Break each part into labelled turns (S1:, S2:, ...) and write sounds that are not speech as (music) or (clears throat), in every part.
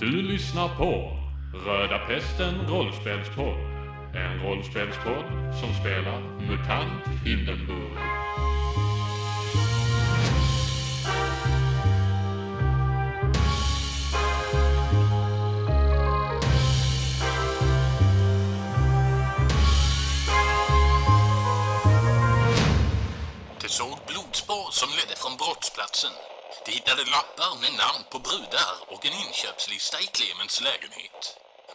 S1: Du lyssnar på Röda Pesten Rollspelspodd. En rollspelspodd som spelar MUTANT Hindenburg.
S2: Det såg blodspår som ledde från brottsplatsen. De hittade lappar med namn på brudar och en inköpslista i Clemens lägenhet.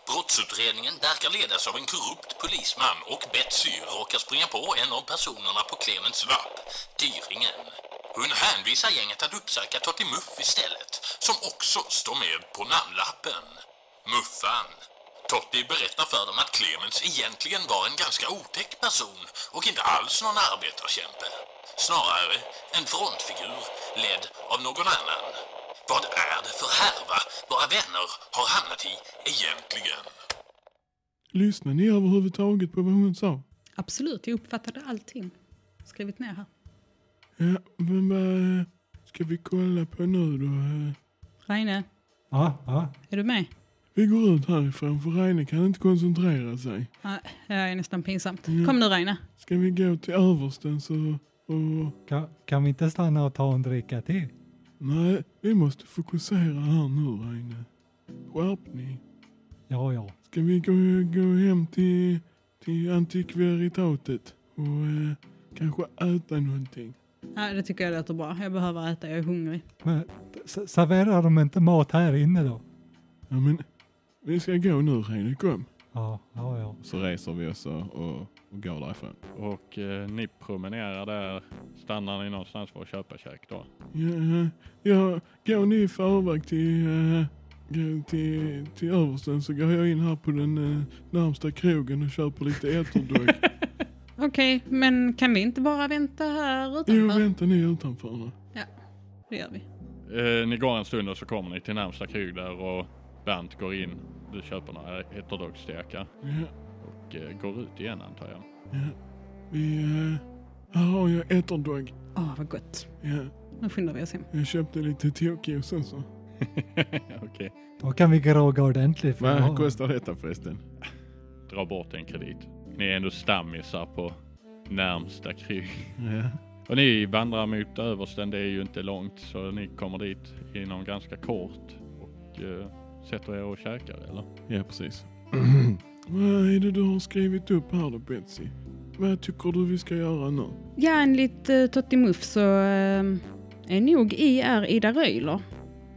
S2: Brottsutredningen verkar ledas av en korrupt polisman och Betsy råkar springa på en av personerna på Clemens lapp, Dyringen. Hon hänvisar gänget att uppsöka Totti Muff istället, som också står med på namnlappen. Muffan. Totti berättar för dem att Clemens egentligen var en ganska otäck person och inte alls någon arbetarkämpe. Snarare en frontfigur ledd av någon annan. Vad är det för härva våra vänner har hamnat i egentligen?
S3: Lyssnade ni överhuvudtaget på vad hon sa?
S4: Absolut, jag uppfattade allting. Skrivit ner här.
S3: Ja, men vad eh, ska vi kolla på nu då? eh?
S4: Reine,
S5: Ja, ja.
S4: är du med?
S3: Vi går ut härifrån för Reine kan inte koncentrera sig.
S4: Nej, det här är nästan pinsamt.
S3: Mm.
S4: Kom nu Reine.
S3: Ska vi gå till översten så... Och,
S5: Kan, kan vi inte stanna och ta en dricka till?
S3: nej, vi måste fokusera här nu Reine. Skärpning.
S5: Ja, ja.
S3: Ska vi gå, gå hem till, till antikvariatet och eh, kanske äta någonting?
S4: Nej, det tycker jag låter bra. Jag behöver äta, jag är hungrig.
S5: Men s- serverar de inte mat här inne då?
S3: Ja men, vi ska gå nu Reine, kom.
S5: Ja, ja, ja.
S6: Så reser vi oss och, och, och går därifrån.
S1: Och eh, ni promenerar där. Stannar ni någonstans för att köpa käk då?
S3: Ja, ja, går ni i förväg till, eh, gå till, till översten så går jag in här på den eh, närmsta krogen och köper lite äterdrog.
S4: Okej, men kan vi inte bara vänta här
S3: jo,
S4: utanför?
S3: vänta ni är utanför nu.
S4: det gör vi.
S1: Eh, ni går en stund och så kommer ni till närmsta krog där och Bernt går in. Du köper några hetterdogsstekar
S3: Ja,
S1: och eh, går ut igen antar jag.
S3: ja. Vi, eh, här har jag äterdrog.
S4: Åh, vad gott.
S3: Ja,
S4: Nu skyndar vi oss hem.
S3: jag köpte lite tokig och sen så.
S1: (laughs) Okej.
S5: Då kan vi grogga ordentligt. för
S6: Vad
S5: dagen.
S6: kostar detta förresten?
S1: Dra bort en kredit. Ni är ändå stammisar på närmsta krog.
S6: Ja.
S1: Och ni vandrar mot översten, det är ju inte långt så ni kommer dit inom ganska kort och eh, sätter er och käkar eller?
S6: Ja, precis.
S3: Vad är det du har skrivit upp här då Betsy? Vad tycker du vi ska göra nu?
S4: Ja, enligt uh, Totti Muff så eh, är nog I är Ida Röjler.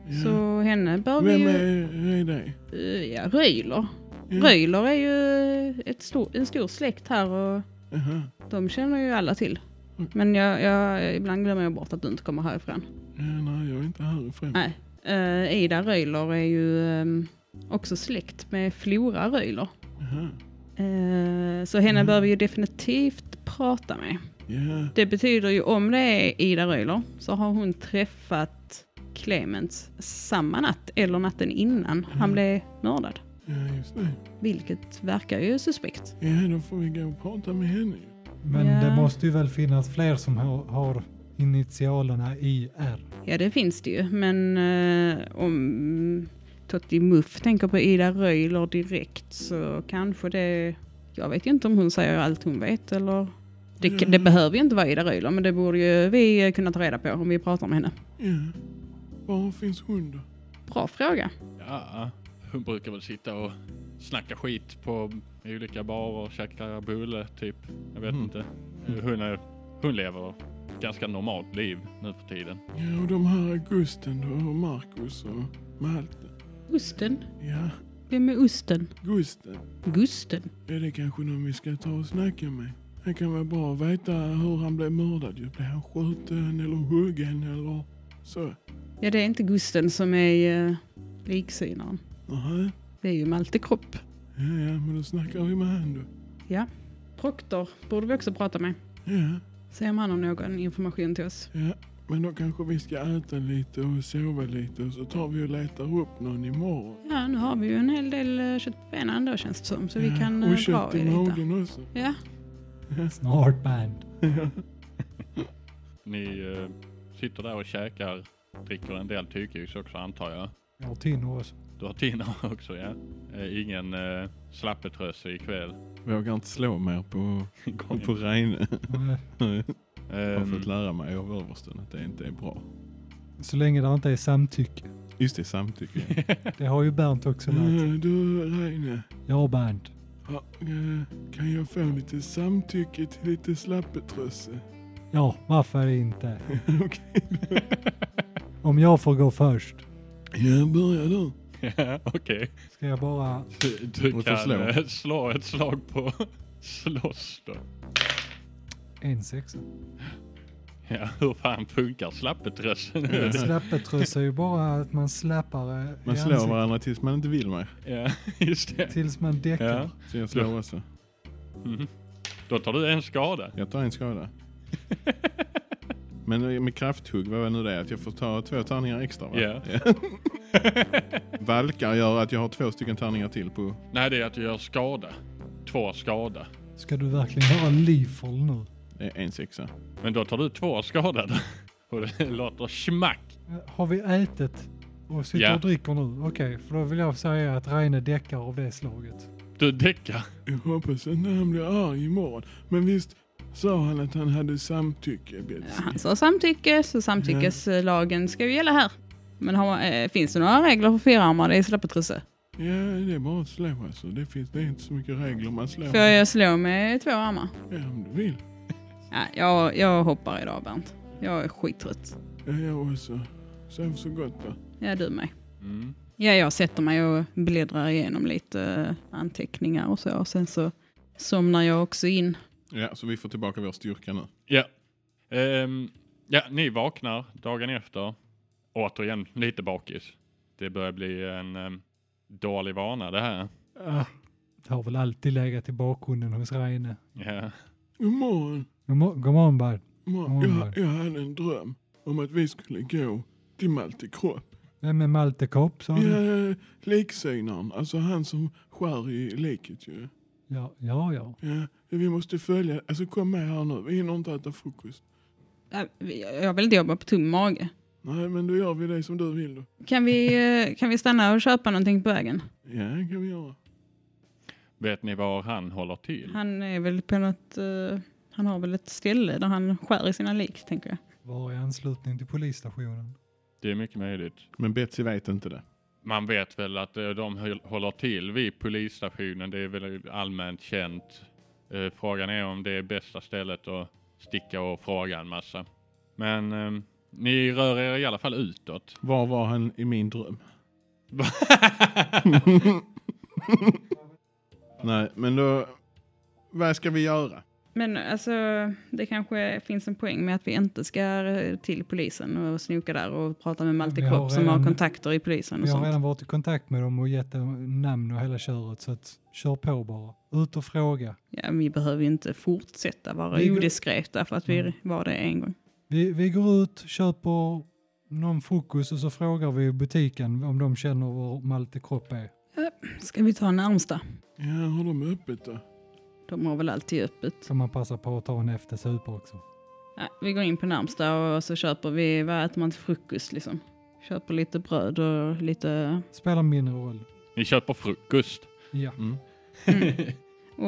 S3: Ja.
S4: Så henne bör vi
S3: Mm. Vem
S4: ju...
S3: är, Mm. är det?
S4: eh, ja, Röjler.
S3: Ja.
S4: Röjler är ju ett stor, en stor släkt här och
S3: Jaha.
S4: De känner ju alla till.
S3: Mm.
S4: Men jag, jag, ibland glömmer jag bort att du inte kommer härifrån.
S3: Ja, nej, jag är inte härifrån.
S4: Nej. Eh, Ida Röjler är ju ehm, också släkt med Flora Röjler.
S3: Jaha.
S4: Eh, så henne bör vi ju definitivt prata med.
S3: Ja,
S4: Det betyder ju om det är Ida Röjler så har hon träffat Clemens samma natt eller natten innan han blev mördad.
S3: ja just det.
S4: Vilket verkar ju suspekt.
S3: Ja, då får vi gå och prata med henne ju.
S5: Men
S4: Ja.
S5: det måste ju väl finnas fler som har, har initialerna IR.
S4: Ja, det finns det ju, men eh, om Totti Muff tänker på Ida Röjler direkt så kanske det... Jag vet ju inte om hon säger allt hon vet eller... Det,
S3: Ja.
S4: det behöver ju inte vara Ida Röjler, men det borde ju vi kunna ta reda på om vi pratar med henne.
S3: Ja. Var finns hon då?
S4: Bra fråga.
S1: Ja, hon brukar väl sitta och snacka skit på olika barer och käka bulle typ. Jag vet
S6: Mm.
S1: inte. Hon, är, hon lever ganska normalt liv nu för tiden.
S3: Ja, och de här Augusten då, och Marcus och Malte.
S4: Osten?
S3: Ja,
S4: Vem är Osten?
S3: Gusten.
S4: Gusten?
S3: Är det kanske någon vi ska ta och snacka med? Det kan vara bra att veta hur han blev mördad ju. Blev han skjuten eller huggen eller så?
S4: Ja, det är inte Gusten som är uh, liksynaren.
S3: Nähä.
S4: Det är ju Malte Kropp.
S3: Ja, ja, men då snackar vi med han då.
S4: Ja. Proctor borde vi också prata med.
S3: Ja,
S4: Se om han har någon information till oss.
S3: ja. Men då kanske vi ska äta lite och sova lite och så tar vi och letar upp någon imorgon.
S4: Ja, nu har vi ju en hel del eh, kött på benen ändå känns det som. Så vi
S3: ja,
S4: kan
S3: och
S4: eh, dra
S3: kött
S4: i
S3: i
S4: lite.
S3: magen också.
S4: Ja,
S5: Snart band.
S1: Ni eh, sitter där och käkar, dricker en del tyggjus också antar jag.
S5: Jag har Tinner också.
S1: Du har (laughs) Tina också ja. Eh, Ingen eh, slappetrösse ikväll.
S6: Vågar inte slå mer på,
S1: Gången.
S6: på Reine.
S5: Nej,
S6: Jag har
S3: Mm.
S1: Ehm,
S6: fått lära mig av översten att det inte är bra.
S5: Så länge det inte är samtycke.
S6: Just det,
S3: (laughs)
S6: samtycke.
S5: Det har ju Bernt också
S6: Mm.
S5: lärt sig.
S3: Eh, du Reine,
S5: Ja, Bernt.
S3: ja, eh, kan jag få lite samtycke till
S6: (laughs)
S3: lite slappetrösse? (laughs)
S5: Ja, varför inte?
S3: Okej.
S5: Om jag får gå först
S3: Ja, börja du.
S1: ja, Okej.
S5: ska jag bara...
S1: Du, du
S6: Måste
S1: kan
S6: slå.
S1: slå. slå ett slag på (laughs) slåss då.
S5: En
S6: (laughs)
S5: sexa.
S1: Ja, hur fan funkar slappetrössen?
S5: En Slappetrössa är ju bara att man slappar eh,
S6: Man
S5: i
S6: slår
S5: ansiktet
S6: varandra tills man inte vill mer.
S1: ja, just det.
S5: tills man däckar.
S1: Ja.
S6: Så jag slår också.
S1: Mhm. Då tar du en skada.
S6: Jag tar en
S3: (laughs)
S6: skada. Men med krafthugg, vad var nu det? Att jag får ta två tärningar extra va?
S1: Ja.
S6: Valkar gör att jag har två stycken tärningar till på...
S1: Nej, det är att du gör skada. Två skada.
S5: Ska du verkligen höra Leafoll nu?
S6: Det är eh, en sexa.
S1: Men då (laughs) tar du två skadade. Och det låter smack.
S5: Eh, Har vi ätit och sitter
S1: Ja.
S5: och dricker nu? Okej, för då vill jag säga att Reine däckar av det slaget.
S1: Du däckar.
S3: Jag hoppas inte han blir arg imorgon. Men visst sa han att han hade samtycke, Betsy?
S4: Han sa samtycke, så samtyckeslagen ska ju gälla här. Men har, man- eh, finns det några regler för fyrarmade i släppetrusse?
S3: Ja, det är bara att slå alltså. Det finns det är inte så mycket regler man slår.
S4: Får jag slå med två armar?
S3: Ja, om du vill.
S4: Nej, jag, jag hoppar idag Bernt. Jag är skittrött.
S3: Ja, jag också. Sov så gott då.
S4: Ja, du med.
S1: Mm.
S4: Ja, jag sätter mig och bläddrar igenom lite eh, anteckningar och så. Och sen så somnar jag också in.
S6: Ja, så vi får tillbaka vår styrka nu.
S1: Ja. Ehm, ja, ni vaknar dagen efter. Återigen lite bakis. Det börjar bli en ehm, dålig vana det här.
S5: Ah, Det har väl alltid legat i bakgrunden hos Reine.
S1: Ja.
S3: Imorgon,
S5: God mo- god morgon Bernt.
S3: imorgon.
S5: Oj.
S3: Jag, jag hade en dröm om att vi skulle gå till Malte Kropp.
S5: Vem är Malte Kopp sa du?
S3: Ja, liksynaren. Alltså han som skär i liket ju.
S5: Ja, ja, ja.
S3: Ja, vi måste följa. Alltså kom med här nu. Vi hinner inte äta frukost.
S4: Äh, Jag vill inte jobba på tom mage.
S3: Nej, men då gör vi det som du vill då.
S4: Kan vi, eh, kan vi stanna och köpa någonting på vägen?
S3: Ja, det kan vi göra.
S1: Vet ni var han håller till?
S4: Han är väl på något... eh, han har väl ett ställe där han skär i sina lik, tänker jag.
S5: Var i anslutning till polisstationen.
S1: Det är mycket möjligt.
S6: Men Betsy vet inte det.
S1: Man vet väl att eh, de höll- håller till vid polisstationen. Det är väl allmänt känt. Eh, Frågan är om det är bästa stället att sticka och fråga en massa. Men ehm, ni rör er i alla fall utåt.
S6: Var var han i min
S3: (laughs)
S6: dröm? Nej, men då... Vad ska vi göra?
S4: Men alltså, det kanske finns en poäng med att vi inte ska eh, till polisen och snoka där och prata med Malte
S5: Vi har
S4: Kropp som har
S5: redan-
S4: kontakter i polisen och
S5: Vi har
S4: sånt.
S5: redan varit i kontakt med dem och gett dem namn och hela köret så att kör på bara. Ut och fråga.
S4: Ja, men vi behöver ju inte fortsätta vara
S5: Vi går-
S4: odiskreta för att vi
S5: Mm.
S4: var det en gång.
S5: Vi, vi går ut, köper någon frukost och så frågar vi i butiken om de känner var Malte Kropp är.
S4: Ska vi ta närmsta?
S3: Ja, har de öppet då?
S4: De har väl alltid öppet.
S5: Så man passar på att ta en eftersupa också.
S4: Ja, vi går in på närmsta och så köper vi, vad äter man till frukost liksom? Köper lite bröd och lite...
S5: Spelar mindre roll.
S1: Ni köper frukost.
S5: Ja.
S6: Mm.
S4: Mm.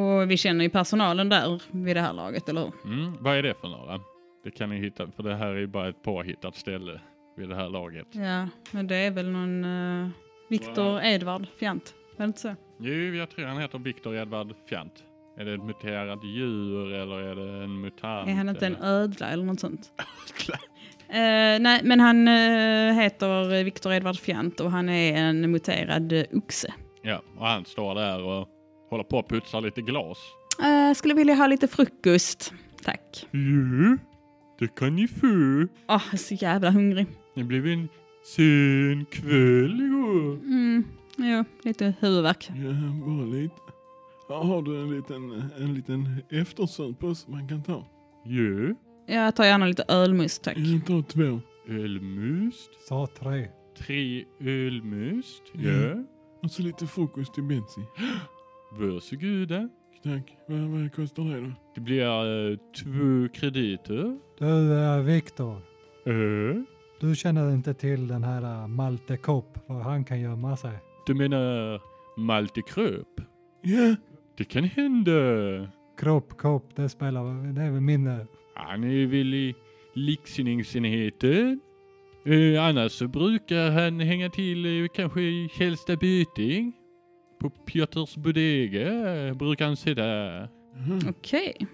S4: och vi känner ju personalen där vid det här laget, eller hur?
S1: Mm, vad är det för några? Det kan ni hitta, för det här är ju bara ett påhittat ställe vid det här laget.
S4: Ja, men det är väl någon eh, Viktor Edvard Fjant. Var det inte så?
S1: Jo, jag tror han heter Viktor Edvard Fjant. Är det ett muterat djur eller är det en mutant?
S4: är han inte en
S1: eller?
S4: ödla eller något sånt? Eh, nej, men han eh, heter Viktor Edvard Fjant och han är en muterad eh, oxe.
S1: Ja, och han står där och håller på att putsa lite glas.
S4: Eh, skulle vilja ha lite frukost. Tack.
S1: Jo, Mm. det kan ni få.
S4: Åh, jag är så jävla hungrig.
S1: Det blev en sen kväll igår.
S4: Mm, ja, lite huvudvärk.
S3: Ja, bara lite. Här har du en liten, en liten eftersup som man kan ta.
S1: Jo,
S4: Jag tar gärna lite ölmust, tack.
S3: Jag tar två.
S1: ölmust.
S5: Sa tre.
S1: Tre ölmust. Ja,
S3: Mm. Och så lite frukost till Betsy.
S1: varsågoda.
S3: Tack. Vad, vad kostar det då?
S1: Det blir eh, två krediter.
S5: Du eh, Viktor,
S1: Äh.
S5: Du känner inte till den här äh, Malte Kopp, var han kan gömma sig?
S1: Du menar Malte Kröp?
S3: Ja,
S1: Det kan hända.
S5: Kropp, kopp, det spelar, det är väl minne.
S1: Han är väl i liksinningsenheten. Eh, annars så brukar han hänga till eh, kanske i Källsta byting. På Piotrs Bodega eh, brukar han sitta.
S4: Okej.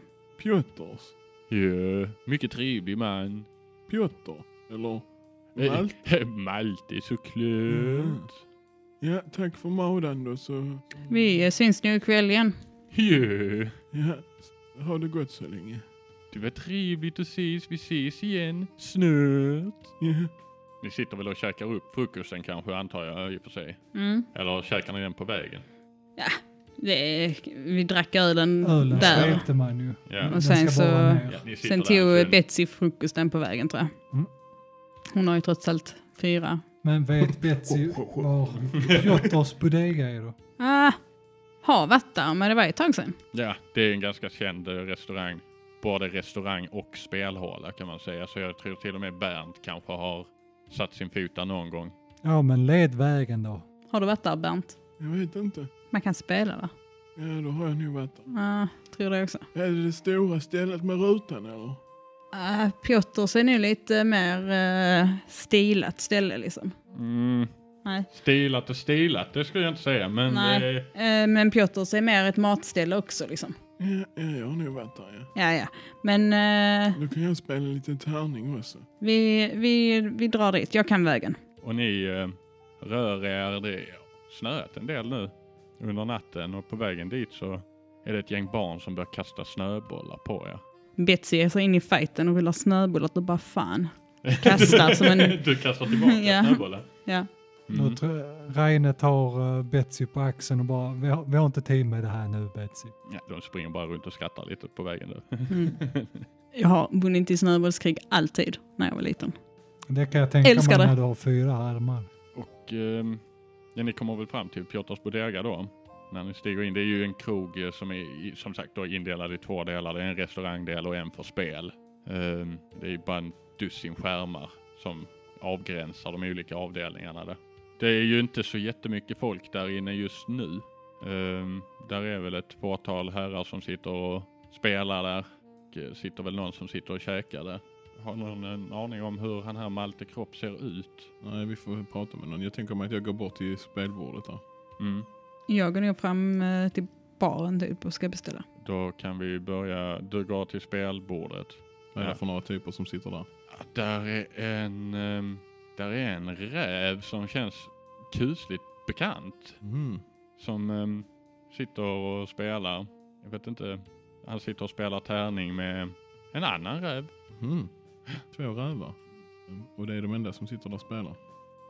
S3: Piotrs.
S1: Ja, mycket trevlig man.
S3: Piotr. Eller
S1: Eh,
S3: Malte.
S1: Malte såklart.
S3: Ja, tack för maudan då så.
S4: Vi eh, syns nu ikväll igen.
S1: Ja,
S3: Ja, ha det gott så länge.
S1: det var trevligt att ses. Vi ses igen snart.
S3: Ja,
S1: Ni sitter väl och käkar upp frukosten kanske antar jag i och för sig.
S4: Mm.
S1: Eller käkar ni den på vägen?
S4: Det, är- vi drack ölen,
S5: Ölen
S4: där.
S5: svepte man ju.
S1: Ja.
S4: Och
S5: Den
S4: sen
S5: ska bara
S4: så-
S5: ner.
S1: Ja, ni sitter
S4: Mm. Sen
S1: där
S4: tog
S1: sen.
S4: Betsy frukosten på vägen tror jag.
S5: Mm.
S4: Hon har ju trots allt fyra.
S5: Men vet Betsy
S1: (laughs)
S5: var Piotters Bodega är då?
S4: Ah, har varit där, men det var ett tag sedan.
S1: Ja, det är en ganska känd eh, restaurang. Både restaurang och spelhåla kan man säga. Så jag tror till och med Bernt kanske har satt sin fot där någon gång.
S5: Ja, men led vägen då.
S4: Har du varit där Bernt?
S3: jag vet inte.
S4: Man kan spela där.
S3: Ja, då har jag nog varit där.
S4: Ah, tror det också.
S3: Är det det stora stället med rutan eller?
S4: Ah, Piotrs är nu lite mer eh, stilat ställe liksom.
S1: Mm.
S4: Nej.
S1: Stilat och stilat, det skulle jag inte säga. Men
S4: Nej.
S1: eh,
S4: Eh, men Piotrs är mer ett matställe också liksom.
S3: Ja, ja, jag har nog varit där ja.
S4: Ja, ja. Men eh,
S3: Då kan jag spela lite tärning också.
S4: vi, vi, vi drar dit. Jag kan vägen.
S1: och ni eh, rör er. Det har snöat en del nu under natten och på vägen dit så är det ett gäng barn som börjar kasta snöbollar på er.
S4: Betsy är så in i fighten och vill ha snöbollar och bara fan. Kastar som en...
S1: (laughs) Du kastar tillbaka
S4: Ja.
S1: snöbollen.
S4: Ja.
S1: Mm.
S5: Då tror- eh, Reine tar eh, Betsy på axeln och bara, vi har, vi har inte tid med det här nu Betsy.
S1: Ja, de springer bara runt och skrattar lite på vägen där. (laughs)
S4: Mm. (laughs) Jag har vunnit i snöbollskrig alltid när jag var liten.
S5: Det kan jag tänka
S4: Älskar
S5: mig
S4: det.
S5: när du har fyra armar.
S1: Och ehm, ja, ni kommer väl fram till Piotrs Bodega då? När ni stiger in. Det är ju en krog eh, som är i- som sagt då indelad i två delar. Det är en restaurangdel och en för spel. Ehm, det är ju bara en dussin skärmar som avgränsar de olika avdelningarna där. Det är ju inte så jättemycket folk där inne just nu. Ehm, där är väl ett fåtal herrar som sitter och spelar där. Och eh, sitter väl någon som sitter och käkar där. Har någon en aning om hur han här Malte Kropp ser ut?
S6: Nej, vi får prata med någon. Jag tänker mig att jag går bort till spelbordet där.
S1: Mm.
S4: Jag går nog fram eh, till baren typ och ska beställa.
S1: Då kan vi börja. Du går till spelbordet.
S6: Vad är
S1: Ja.
S6: det för några typer som sitter där?
S1: Där är en, ehm, där är en räv som känns kusligt bekant.
S6: Mm.
S1: Som ehm, sitter och spelar. Jag vet inte. Han sitter och spelar tärning med en annan räv.
S6: Mm. Två rävar. Mm. Och det är de enda som sitter där och spelar.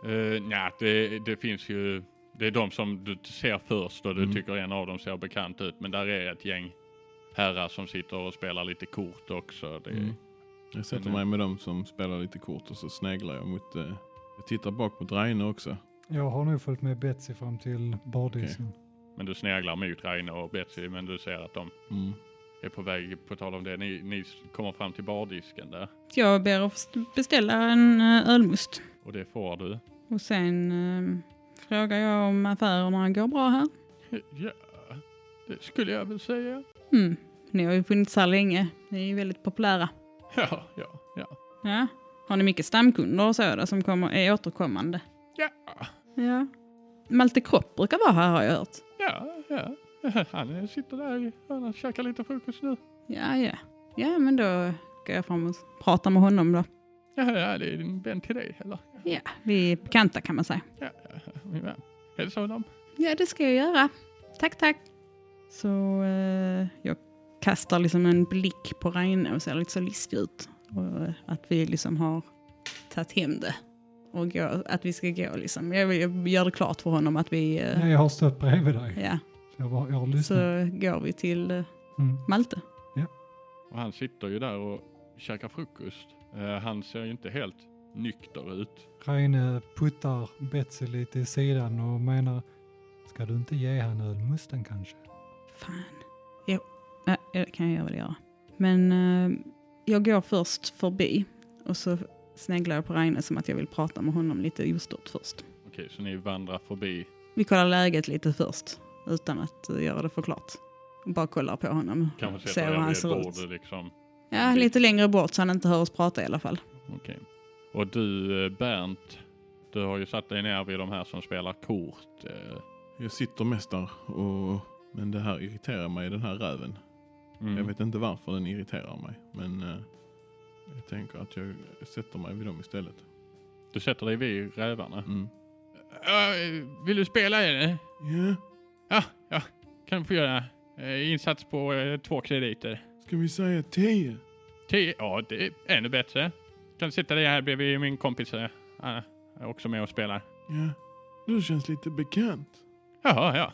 S1: Uh, Nja, det, det finns ju. Det är de som du ser först och du
S6: Mm.
S1: tycker en av dem ser bekant ut. Men där är ett gäng herrar som sitter och spelar lite kort också. Det,
S6: Mm. Jag sätter
S1: Men, eh,
S6: mig med dem som spelar lite kort och så sneglar jag mot... Eh, jag tittar bak mot Reine också.
S5: Jag har nu följt med Betsy fram till bardisken.
S1: Men du sneglar mot Reine och Betsy men du ser att de
S6: Mm.
S1: är på väg, på tal om det, ni, ni kommer fram till bardisken där.
S4: Jag ber att få beställa en eh, ölmust.
S1: Och det får du.
S4: Och sen eh, frågar jag om affärerna går bra här.
S1: (laughs) Ja, det skulle jag väl säga.
S4: Mm. Ni har ju funnits här länge. Ni är ju väldigt populära.
S1: Ja, ja, ja.
S4: Ja. Har ni mycket stamkunder och sådär som kommer, är återkommande?
S1: Ja,
S4: Ja. Malte Kropp brukar vara här har jag hört.
S1: ja, ja. (laughs) Han eh, sitter där i hörnan och käkar lite frukost nu.
S4: Ja, ja. Ja, men då går jag fram och pratar med honom då.
S1: Ja, ja, det är din vän till dig, eller?
S4: Ja, vi är bekanta kan man säga.
S1: Ja, ja, min vän. Hälsa honom.
S4: Ja, det ska jag göra. Tack, tack. Så eh, jag kastar liksom en blick på Reine och ser lite så listig ut. Och, eh, att vi liksom har tagit hem det. Och gå, att vi ska gå liksom. Jag, jag gör det klart för honom att vi... eh,
S5: Nej, jag har stött bredvid dig.
S4: ja,
S5: Jag, var, jag har
S4: så
S5: lyssnat.
S4: går vi till eh,
S5: Mm.
S4: Malte.
S1: Och han sitter ju där och käkar frukost. Eh, Han ser ju inte helt nykter ut.
S5: Reine puttar Betsy lite i sidan och menar, ska du inte ge han ölmusten kanske?
S4: Fan. Jo, ja, det kan jag väl göra. Men eh, jag går först förbi och så sneglar jag på Reine som att jag vill prata med honom lite ostört först.
S1: Okej, så ni vandrar förbi.
S4: Vi kollar läget lite först utan att eh, göra det för klart. Och bara kollar på honom.
S1: Kanske
S4: Se
S1: sätter
S4: hur han
S1: er
S4: ser
S1: vid
S4: ut.
S1: ett bord liksom.
S4: Ja, lite längre bort så han inte hör oss prata i alla fall.
S1: Okej. Och du eh, Bernt, du har ju satt dig ner vid de här som spelar kort. eh.
S6: Jag sitter mest där och... Men det här irriterar mig, den här räven.
S1: Mm.
S6: Jag vet inte varför den irriterar mig, men... eh, jag tänker att jag sätter mig vid dem istället.
S1: Du sätter dig vid rävarna.
S6: Mm.
S1: vill du spela eller?
S3: Ja,
S1: Ja, ja. Kan få göra eh, insats på två krediter.
S3: ska vi säga tio?
S1: Tio, ja det är ännu bättre. Kan sätta dig här bredvid min kompis eh, Anna. Är också med och spelar.
S3: Ja. Du känns lite bekant.
S1: Jaha, ja.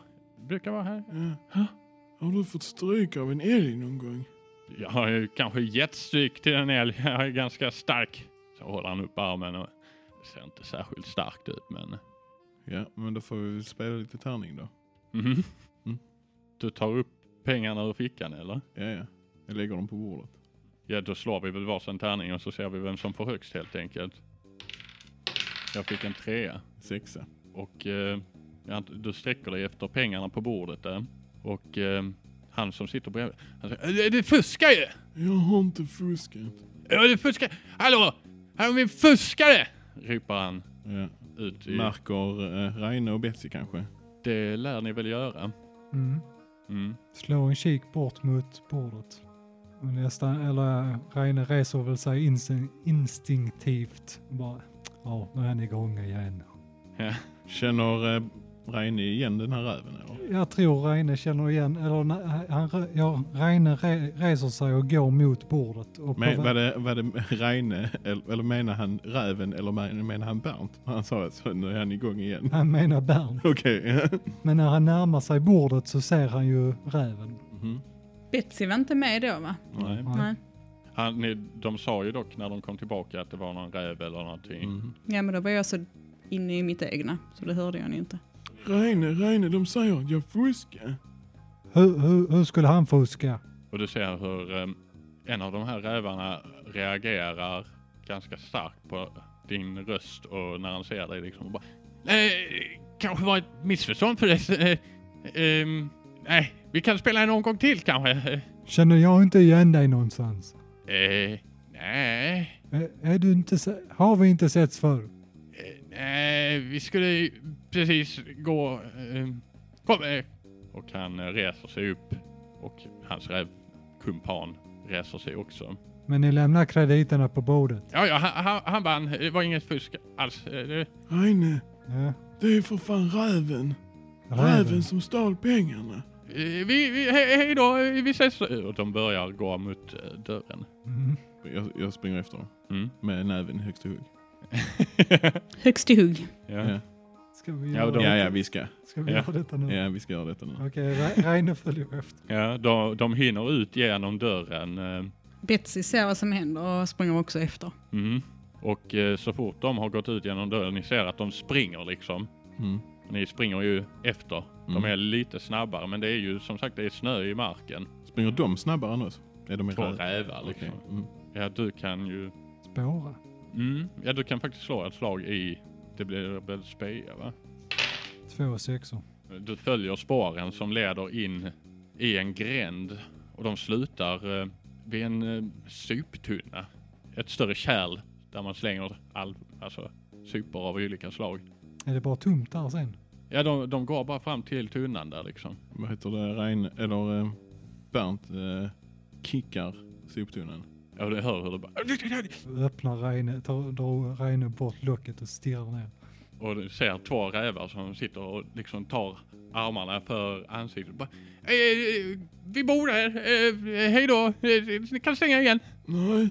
S1: Brukar vara här.
S3: Ja. Har du fått stryk av en älg någon gång?
S1: Jag har ju kanske gett stryk till en älg. Jag är ganska stark. Så håller han upp armen och ser inte särskilt starkt ut men...
S6: Ja, men då får vi väl spela lite tärning då.
S1: Mhm.
S6: Mm.
S1: Du tar upp pengarna ur fickan eller?
S6: Ja, ja. Jag lägger dem på bordet.
S1: Ja, då slår vi väl varsin tärning och så ser vi vem som får högst helt enkelt. Jag fick en trea
S6: Sexa.
S1: och eh, ja, du sträcker dig efter pengarna på bordet där. Och eh, han som sitter bredvid, han säger "Eh, du fuskar ju!
S3: Jag har inte fuskat.
S1: Ja, du fuskar! Hallå! Här är min fuskare! Ropar han
S6: Ja.
S1: ut. I,
S6: Märker eh, Reine och Betsy kanske?
S1: det lär ni väl göra. (laughs)
S5: Mm.
S1: Mm.
S5: Slår en kik bort mot bordet. Och Nästan, eller Reine reser väl sig inst- instinktivt. Bara, ja, nu är han igång igen.
S6: Känner eh, Reine igen den här räven eller?
S5: Jag tror Reine känner igen, eller nej, han, re- ja, Reine re, reser sig och går mot bordet. Och på
S6: Men,
S5: vä-
S6: var, det, var det Reine, eller, eller menar han räven, eller men- menar han Bernt? Han sa att så, nu är han igång igen. (laughs)
S5: Han menar Bernt.
S6: Okej.
S5: Men när han närmar sig bordet så ser han ju räven.
S6: Mhm.
S4: Betsy var inte med då va?
S1: Nej.
S5: Ja.
S4: Nej.
S1: Han, ni, de sa ju dock när de kom tillbaka att det var någon räv eller någonting.
S3: Mm.
S6: Mhm.
S4: Ja men då var jag så inne i mitt egna så det hörde jag nog inte.
S3: Reine, Reine, de säger att jag fuskar.
S5: Hur, hur, hur skulle han fuska?
S1: Och du ser hur eh, en av de här rävarna reagerar ganska starkt på din röst och när han ser dig liksom och bara Nej, kanske var ett missförstånd förresten. Eh, (laughs) ehm, nej, vi kan spela en omgång till kanske. (laughs)
S5: Känner jag inte igen dig någonstans?
S1: Eh, nej,
S5: Ä- Är du inte, se- har vi inte setts förr?
S1: eh, nej, vi skulle ju precis gå. Eh, kom. Eh. Och han eh, reser sig upp och hans rävkumpan reser sig också.
S5: Men ni lämnar krediterna på bordet.
S1: Ja, ja, han, han, han vann. Det var inget fusk alls. Eh, Det,
S3: Reine,
S5: Ja,
S3: det är för fan räven. Räven
S5: räven.
S3: som stal pengarna.
S1: Eh, Vi, vi, hej, hej då, eh, vi ses. Och de börjar gå mot eh, dörren.
S5: Mm.
S6: Jag, jag springer efter dem
S1: Mm.
S6: med näven i högsta hugg.
S4: Högst i hugg.
S1: ja.
S5: Ska vi
S1: Ja,
S5: göra,
S1: de-
S5: ja,
S6: Ja, ja, vi ska.
S5: Ska vi
S1: ja.
S5: göra detta nu?
S6: Ja, vi ska göra detta nu.
S5: Okej, Re- Reine följer efter.
S1: ja de, de hinner ut genom dörren. eh,
S4: Betsy ser vad som händer och springer också efter.
S1: Mm. Och eh, så fort de har gått ut genom dörren, ni ser att de springer liksom.
S6: Mm.
S1: Ni springer ju efter. De
S6: Mm.
S1: är lite snabbare, men det är ju som sagt det är snö i marken.
S6: Springer de snabbare än oss? Är de i
S1: På
S6: räv?
S1: rävar liksom.
S6: Okej. Mm.
S1: Ja, du kan ju...
S5: Spåra.
S1: Mm. Ja, du kan faktiskt slå ett slag i... Det blir väl speja, va?
S5: Två sexor.
S1: Du följer spåren som leder in i en gränd och de slutar eh, vid en eh, soptunna. Ett större kärl där man slänger all, alltså, sopor av olika slag.
S5: Är det bara tomt där sen?
S1: Ja, de, de går bara fram till tunnan där liksom.
S6: Vad heter det? Reine, eller eh, Bernt eh, kickar soptunnan.
S1: Ja, du hör hur det bara...
S5: Öppnar Reine, tar, drar Reine bort locket och stirrar ner.
S1: Och du ser två rävar som sitter och liksom tar armarna för ansiktet. Bara, "Eh, eh, vi bor här, eh, hej då, eh, ni kan stänga igen.
S3: Nej,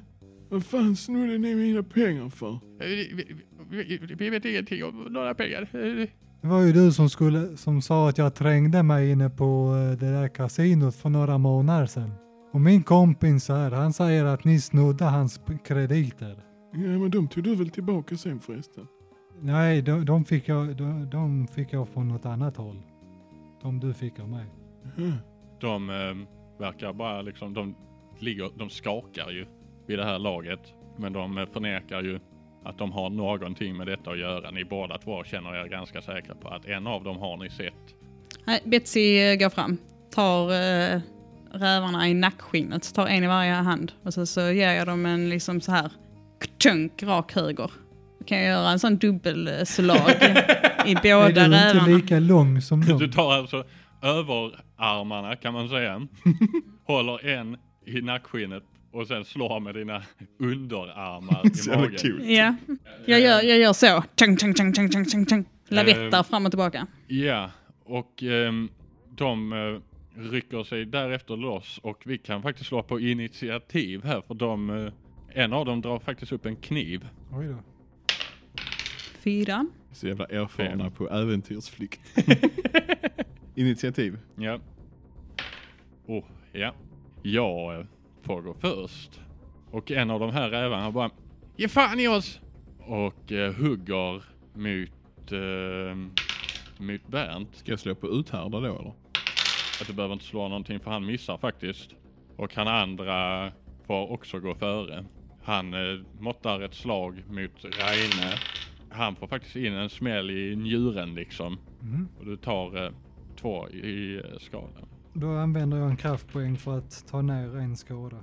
S3: vad fan snodde ni mina pengar för?
S1: Eh, Vi, vi, vi, vi vet ingenting om några pengar. Eh,
S5: Det var ju du som, skulle, som sa att jag trängde mig inne på eh, det där kasinot för några månader sedan. Och min kompis här, han säger att ni snodde hans p- krediter.
S3: Ja, men de tog du väl tillbaka sen förresten?
S5: Nej, de, de, fick jag, de, de fick jag från något annat håll. De du fick av mig.
S3: Ja.
S1: De eh, verkar bara liksom, de ligger, de skakar ju vid det här laget. Men de eh, förnekar ju att de har någonting med detta att göra. Ni båda två känner er ganska säkra på att en av dem har ni sett.
S4: Nej, Betsy eh, går fram, tar eh, rävarna i nackskinnet, tar en i varje hand och så, så ger jag dem en liksom så här tjunk rak höger. Då kan jag göra en sån dubbelslag i
S5: (laughs)
S4: båda
S5: Är du inte
S4: rävarna.
S5: lika lång som
S1: Du
S5: dem?
S1: tar alltså överarmarna kan
S6: (laughs)
S1: man säga, håller en i nackskinnet och sen slår med dina underarmar
S6: (laughs) Så
S1: i
S6: jävla
S1: magen.
S6: kul.
S4: Ja, jag gör, jag gör så. Tjunk, tjunk, tjunk, tjunk, tjunk, tjunk, tjunk. Lavettar
S1: Ehm.
S4: fram och tillbaka.
S1: Ja, och ehm, de eh, rycker sig därefter loss och vi kan faktiskt slå på initiativ här för de, eh, en av dem drar faktiskt upp en kniv.
S5: Oj då.
S4: Fyra.
S6: Så jävla erfarna på
S1: (laughs)
S6: äventyrsflykt. Initiativ.
S1: Ja. Oh, ja. Jag eh, får gå först. Och en av de här rävarna bara Ge fan i oss! Och eh, hugger mot, eh, mot Bernt.
S6: Ska jag slå på uthärda då eller?
S1: Att du behöver inte slå någonting för han missar faktiskt. Och han andra får också gå före. Han eh, måttar ett slag mot Reine. Han får faktiskt in en smäll i njuren liksom.
S5: Mm.
S1: Och du tar eh, två i, i eh, skadan.
S5: Då använder jag en kraftpoäng för att ta ner en skada.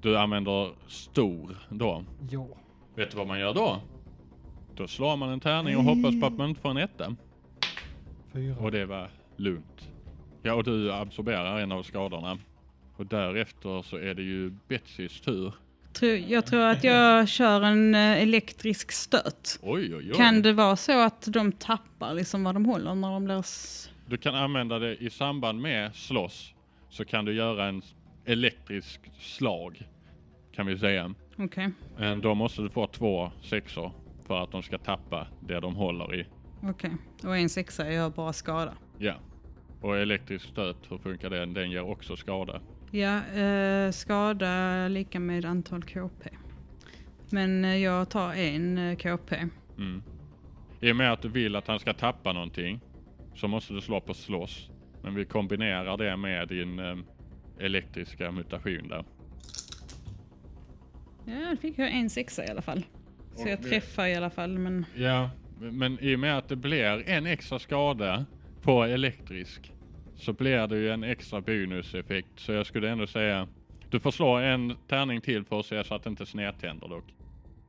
S1: Du använder stor då.
S5: Ja.
S1: Vet du vad man gör då? Då slår man en tärning och hoppas på att man inte får en etta.
S5: Fyra.
S1: Och det var lugnt. Ja, och du absorberar en av skadorna. Och därefter så är det ju Betsys tur.
S4: Tror- Jag tror att jag kör en eh, elektrisk stöt.
S1: Oj, oj, oj.
S4: Kan det vara så att de tappar liksom vad de håller när de blir... s-
S1: Du kan använda det i samband med slåss. Så kan du göra en elektrisk slag. Kan vi säga.
S4: Okej.
S1: Men då måste du få två sexor. För att de ska tappa det de håller i.
S4: Okej, och en sexa gör bara skada.
S1: Ja. Och elektrisk stöt, hur funkar den? Den ger också skada.
S4: Ja, eh, skada lika med antal KP. Men eh, jag tar en eh, KP.
S1: I och med att du vill att han ska tappa någonting så måste du slå på slåss. Men vi kombinerar det med din em, elektriska mutation där.
S4: Ja, då fick jag en sexa i alla fall. Så jag träffar i alla fall, men
S1: Ja, men i och med att det blir en extra skada på elektrisk så blir det ju en extra bonuseffekt. Så jag skulle ändå säga, du får slå en tärning till för att se så att det inte snedtänder dock.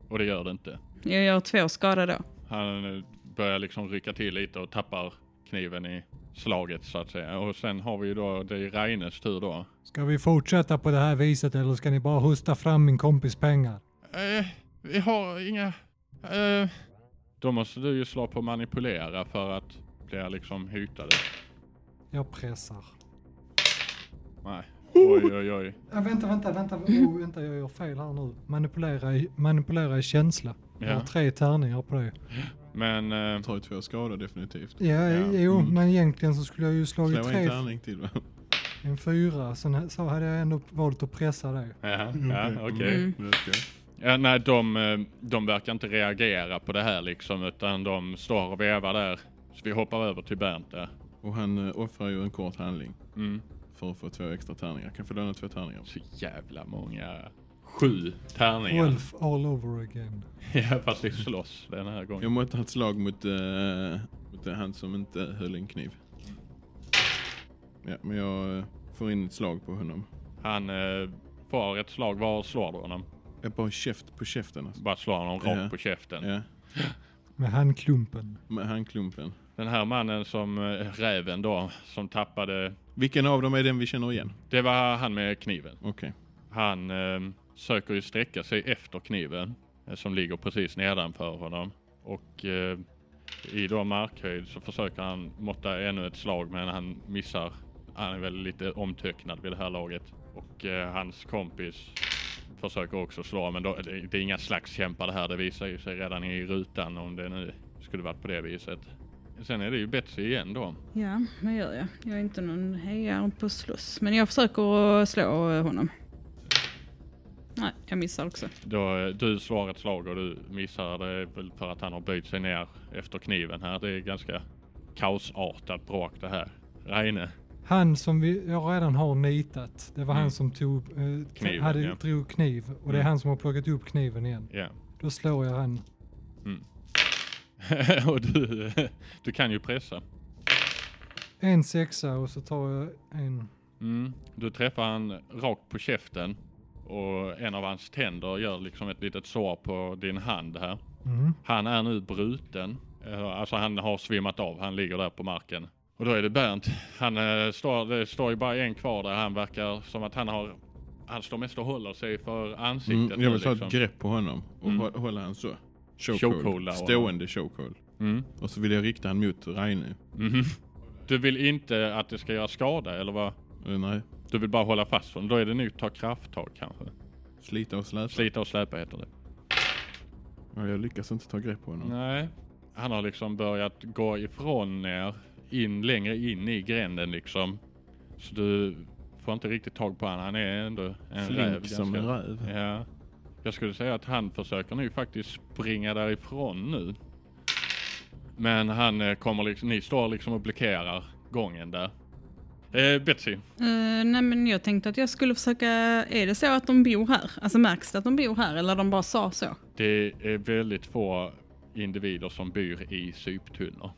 S1: Och det gör det inte.
S4: jag gör två skada då.
S1: Han eh, börjar liksom rycka till lite och tappar kniven i slaget så att säga. Och sen har vi ju då, det är Reines tur då.
S5: Ska vi fortsätta på det här viset eller ska ni bara hosta fram min kompis pengar?
S1: Eh, vi har inga... Eh. Då måste du ju slå på manipulera för att bli liksom hotade.
S5: Jag pressar.
S1: Nej. Oj, oj, oj.
S5: Ja, Äh, vänta, vänta, vänta. Oh, vänta, jag gör fel här nu. Manipulera i, manipulera i känsla. Jag har
S1: Ja.
S5: tre tärningar på det.
S1: Men... Eh,
S6: Jag tar ju två skador definitivt.
S5: Ja, eh, jo,
S6: mm.
S5: men egentligen så skulle jag ju slagit
S6: Slå
S5: tre,
S6: en tärning till va?
S5: en fyra. Sen ha- så hade jag ändå valt att pressa det.
S1: ja, ja, okej.
S6: Mm, det ska jag.
S1: Ja, nej, de, eh, de verkar inte reagera på det här liksom, utan de står och vevar där. Så vi hoppar över till Bernt där.
S6: Och han eh, offrar ju en kort handling
S1: Mm.
S6: för att få två extra tärningar. Kan jag få låna två tärningar?
S1: Så jävla många. Sju tärningar.
S5: Wolf all over again.
S1: (laughs) Ja, fast det är slåss den här
S6: Jag
S1: gången.
S6: måste ha ett slag mot, eh, mot eh, han som inte höll en kniv. Ja, men jag eh, får in ett slag på honom.
S1: Han eh, får ett slag. Var slår du honom?
S6: Jag bara käft på käften alltså.
S1: Bara slår honom rakt
S6: Ja.
S1: på käften.
S6: Ja,
S5: Med handklumpen.
S6: med handklumpen.
S1: Den här mannen som, eh, räven då, som tappade.
S6: Vilken av dem är den vi känner igen?
S1: Det var han med kniven.
S6: Okej.
S1: Han eh, söker ju sträcka sig efter kniven eh, som ligger precis nedanför honom. Och eh, i då markhöjd så försöker han måtta ännu ett slag men han missar. Han är väl lite omtöcknad vid det här laget. Och eh, hans kompis försöker också slå men då, det, det är inga slagskämpar det här. Det visar ju sig redan i rutan om det nu skulle varit på det viset. Sen är det ju Betsy igen då.
S4: Ja, det gör jag. Jag är inte någon hejare på slåss, men jag försöker att slå eh, honom. Nej, jag missar också.
S1: Då, eh, du slår ett slag och du missar det är väl för att han har böjt sig ner efter kniven här. Det är ganska kaosartat bråk det här. Reine,
S5: Han som vi, jag redan har nitat, det var han som tog, eh,
S1: Mm. Kniven,
S5: hade,
S1: ja.
S5: drog kniv och det är
S1: Mm.
S5: han som har plockat upp kniven igen.
S1: ja. (laughs)
S5: Då slår jag han
S1: och du, du kan ju pressa.
S5: En sexa och så tar jag en...
S1: Mm. Du träffar han rakt på käften och en av hans tänder gör liksom ett litet sår på din hand här.
S5: Mm.
S1: Han är nu bruten. Eh, Alltså han har svimmat av. Han ligger där på marken. Och då är det Bernt. Han eh, står, det står ju bara en kvar där. Han verkar som att han har... Han står mest och håller sig för ansiktet.
S6: Mm, jag
S1: nu,
S6: vill ta
S1: liksom.
S6: ett grepp på honom och
S1: Mm.
S6: hå- hålla han så.
S1: Chokehold,
S6: Chokehold.
S1: ja.
S6: Stående chokehold.
S1: Mm.
S6: Och så vill jag rikta han mot Reine.
S1: Mhm. Du vill inte att det ska göra skada eller vad?
S6: Eh, nej,
S1: Du vill bara hålla fast honom. Då är det nu ta krafttag kanske.
S6: slita och släpa.
S1: Slita och släpa heter det.
S6: Ja, jag lyckas inte ta grepp på honom.
S1: Nej. Han har liksom börjat gå ifrån er. In längre in i gränden liksom. Så du får inte riktigt tag på honom. Han är ändå en räv.
S6: Flink som en
S1: ganska-
S6: räv.
S1: Ja. Jag skulle säga att han försöker nu faktiskt springa därifrån nu. Men han eh, kommer liksom, ni står liksom och blockerar gången där. Eh, Betsy,
S4: Eh, nej men jag tänkte att jag skulle försöka, är det så att de bor här? Alltså märks det att de bor här eller de bara sa så?
S1: det är väldigt få individer som byr i syptunnor.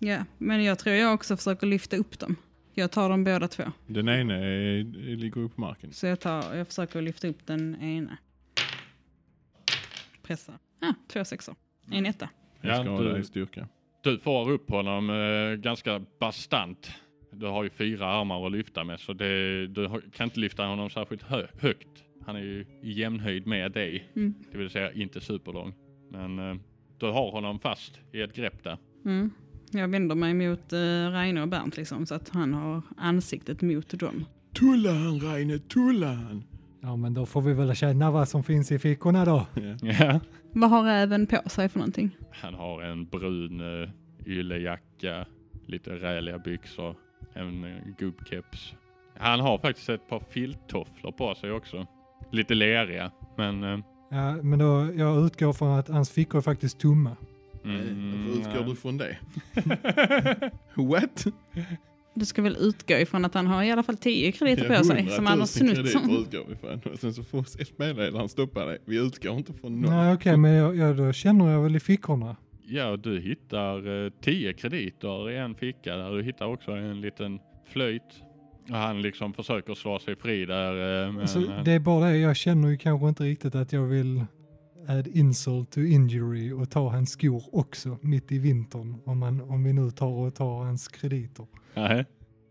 S4: Ja, men jag tror jag också försöker lyfta upp dem. Jag tar dem båda två.
S6: Den ena är, ligger upp på marken.
S4: Så jag, tar, jag försöker lyfta upp den ena. Pressa. Ah, två sexor. En etta.
S1: Ja,
S6: Jag ska ha
S1: du-
S6: det i styrka.
S1: Du får upp honom eh, ganska bastant. Du har ju fyra armar att lyfta med så det, du har- kan inte lyfta honom särskilt hö- högt. Han är ju i jämnhöjd med dig,
S4: Mm.
S1: det vill säga inte superlång. Men eh, du har honom fast i ett grepp där.
S4: Mm. Jag vänder mig mot eh, Reine och Bernt liksom, så att han har ansiktet mot dem.
S6: Tulla han Reine, tulla han!
S5: Ja men då får vi väl känna vad som finns i fickorna då.
S1: Ja.
S4: Vad har räven på sig för någonting?
S1: Han har en brun eh, yllejacka, lite räliga byxor, en eh, gubbkeps. Han har faktiskt ett par filttofflor på sig också. Lite leriga, men... Eh,
S5: Ja, men då, jag utgår från att hans fickor är faktiskt tomma.
S1: mm,
S6: Varför Eh, utgår
S1: nej.
S6: du från det? What?
S4: Du ska väl utgå ifrån att han har i alla fall 10 krediter
S6: Ja,
S4: på sig som han har
S6: 100 000
S4: snott.
S6: krediter
S4: Som.
S6: utgår vi från. Och sen så får spelledaren stoppa dig. Vi utgår inte från någon.
S5: Nej okej, men jag, jag, då känner jag väl i fickorna.
S1: Ja, du hittar eh, 10 krediter i en ficka där. Du hittar också en liten flöjt. Och han liksom försöker slå sig fri där. eh, Men,
S5: Alltså,
S1: eh,
S5: det är bara det, jag känner ju kanske inte riktigt att jag vill add insult to injury och ta hans skor också mitt i vintern. Om, man, om vi nu tar och tar hans krediter.
S1: nej,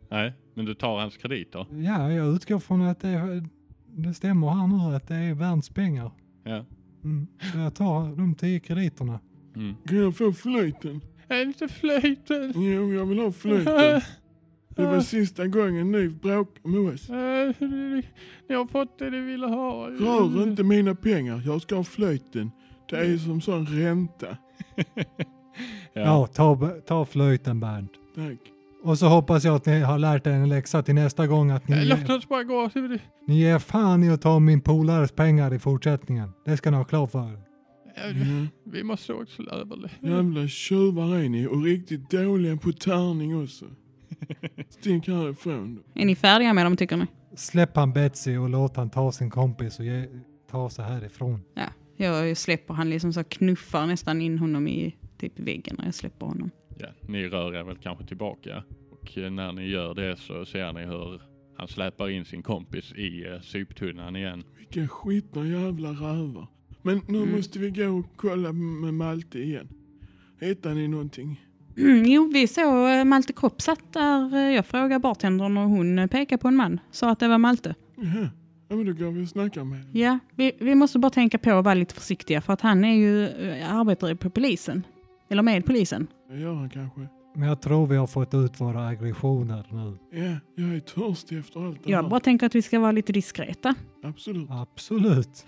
S1: nej, men du tar hans krediter.
S5: Ja, jag utgår från att det, det stämmer här nu att det är världens pengar.
S1: Ja.
S5: Mm. Så jag tar de tio krediterna.
S1: Mm.
S3: Kan jag få flöjten?
S1: Är inte flöjten?
S3: Jo, jag vill ha flöjten. Det var
S1: Ah.
S3: sista gången ni bråkade med oss.
S1: Ni eh, har fått det ni ville ha.
S3: Rör inte mina pengar, jag ska ha flöjten. Det är som sån ränta.
S5: Ja,
S1: Ja.
S5: ta, ta flöjten Bernt.
S3: Tack.
S5: Och så hoppas jag att ni har lärt er en läxa till nästa gång att ni,
S1: Eh, Låt
S5: ger,
S1: oss bara gå. Eh,
S5: ni ger fan i att ta min polares pengar i fortsättningen. Det ska ni ha klart för er. Mm.
S3: Ja.
S1: Vi måste också överleva.
S3: Jävla tjuvar är ni och riktigt dåliga på
S6: (laughs)
S3: tärning också. Stick härifrån då.
S4: Är ni färdiga med dem tycker ni?
S5: Släpp han Betsy och låt han ta sin kompis och ge, ta sig härifrån.
S4: Ja, jag släpper han liksom så knuffar nästan in honom i typ väggen när jag släpper honom.
S1: Ja, ni rör er väl kanske tillbaka. Och eh, när ni gör det så ser ni hur han släpar in sin kompis i eh, syptunnan igen.
S3: Vilka skitna jävla rävar. Men nu
S6: Mm.
S3: måste vi gå och kolla med Malte igen. Hittar ni någonting?
S4: Mm, jo, vi såg eh, Malte Kropp satt där. eh, Jag frågade bartendern och hon eh, pekade på en man. Sa att det var Malte.
S3: Jaha. Ja men då går vi och snackar med er.
S4: Ja, vi, vi måste bara tänka på att vara lite försiktiga för att han är ju eh, arbetar på polisen. Eller med polisen.
S3: Det gör han kanske.
S5: Men jag tror vi har fått ut våra aggressioner nu.
S3: Ja, jag är törstig efter allt det
S4: Jag bara tänker att vi ska vara lite diskreta.
S3: Absolut.
S5: Absolut.
S1: (laughs)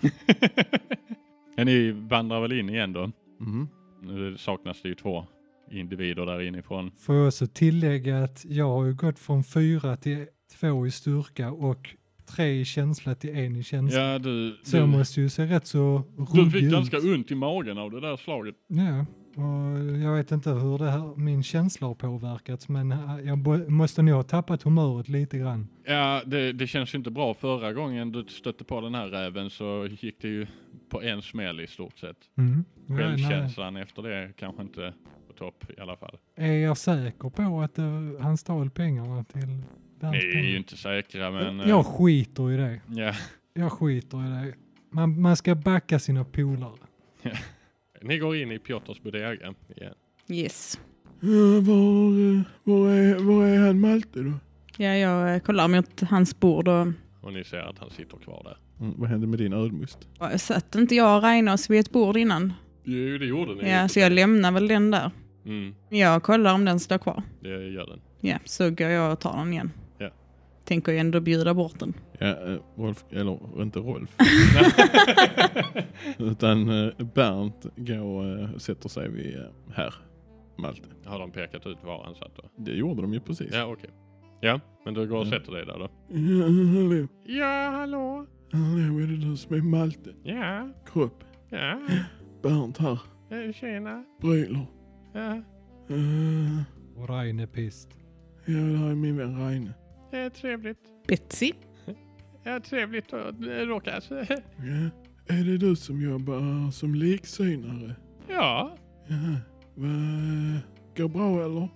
S1: Ja, ni vandrar väl in igen då?
S6: Mhm.
S1: Nu saknas det ju två individer där inifrån.
S5: Får jag också tillägga att jag har ju gått från fyra till två i styrka och tre i känsla till en i känsla.
S1: Ja, du,
S5: Så jag
S1: du,
S5: måste ju se rätt så
S1: du
S5: ruggig
S1: fick
S5: ut.
S1: ganska ont i magen av det där slaget.
S5: Ja, och jag vet inte hur det här, min känsla har påverkats men eh, jag bo- måste nog ha tappat humöret lite grann.
S1: Ja, det, det känns ju inte bra. Förra gången du stötte på den här räven så gick det ju på en smäll i stort sett.
S5: Mm. Nej, nej.
S1: Självkänslan efter det kanske inte på topp i alla fall.
S5: eh, Är jag säker på att eh, han stal pengarna till
S1: Ni är ju
S5: dansbandet?
S1: inte säkra men... eh,
S5: Jag skiter i det.
S1: ja.
S5: Jag skiter i det. Man, man ska backa sina polare.
S1: Ni går in i Piotrs bodega igen.
S4: Yes.
S3: Ja, var, eh, var, är, var är han Malte då?
S4: Ja, jag eh, kollar mot hans bord och
S1: Och ni ser att han sitter kvar där.
S6: Mm, vad hände med din ölmust?
S4: och satt inte jag och Reinås vid ett bord innan.
S1: Jo, det gjorde ni.
S4: Ja, så jag lämnar väl den där.
S1: Mm,
S4: Jag kollar om den står kvar.
S1: det gör den.
S4: Ja, så går jag och tar den igen.
S1: Ja.
S4: Tänker ju ändå bjuda bort den.
S6: Ja, eh, Rolf, eller inte Rolf. Utan eh, Bernt går eh, och sätter sig vid eh, här, Malte.
S1: Har de pekat ut var han satt då?
S6: Det gjorde de ju precis.
S1: Ja, okej. Ja, men du går och
S6: Mm.
S1: sätter dig där då?
S3: Ja, hallå.
S1: Ja, hallå?
S3: Hallå, Mm, är det du som är Malte?
S1: Ja,
S3: Kropp.
S1: ja, Eh,
S3: Bernt här.
S1: tjena.
S3: Brylor.
S1: Ja,
S3: Eh,
S5: Och Rein är pist.
S3: ja, det här är min vän Reine.
S1: det är trevligt.
S4: Betsy?
S1: Det är trevligt att eh, råkas. (laughs)
S3: Ja. Är det du som jobbar här som liksynare?
S1: Ja,
S3: Ja. Va, går bra eller?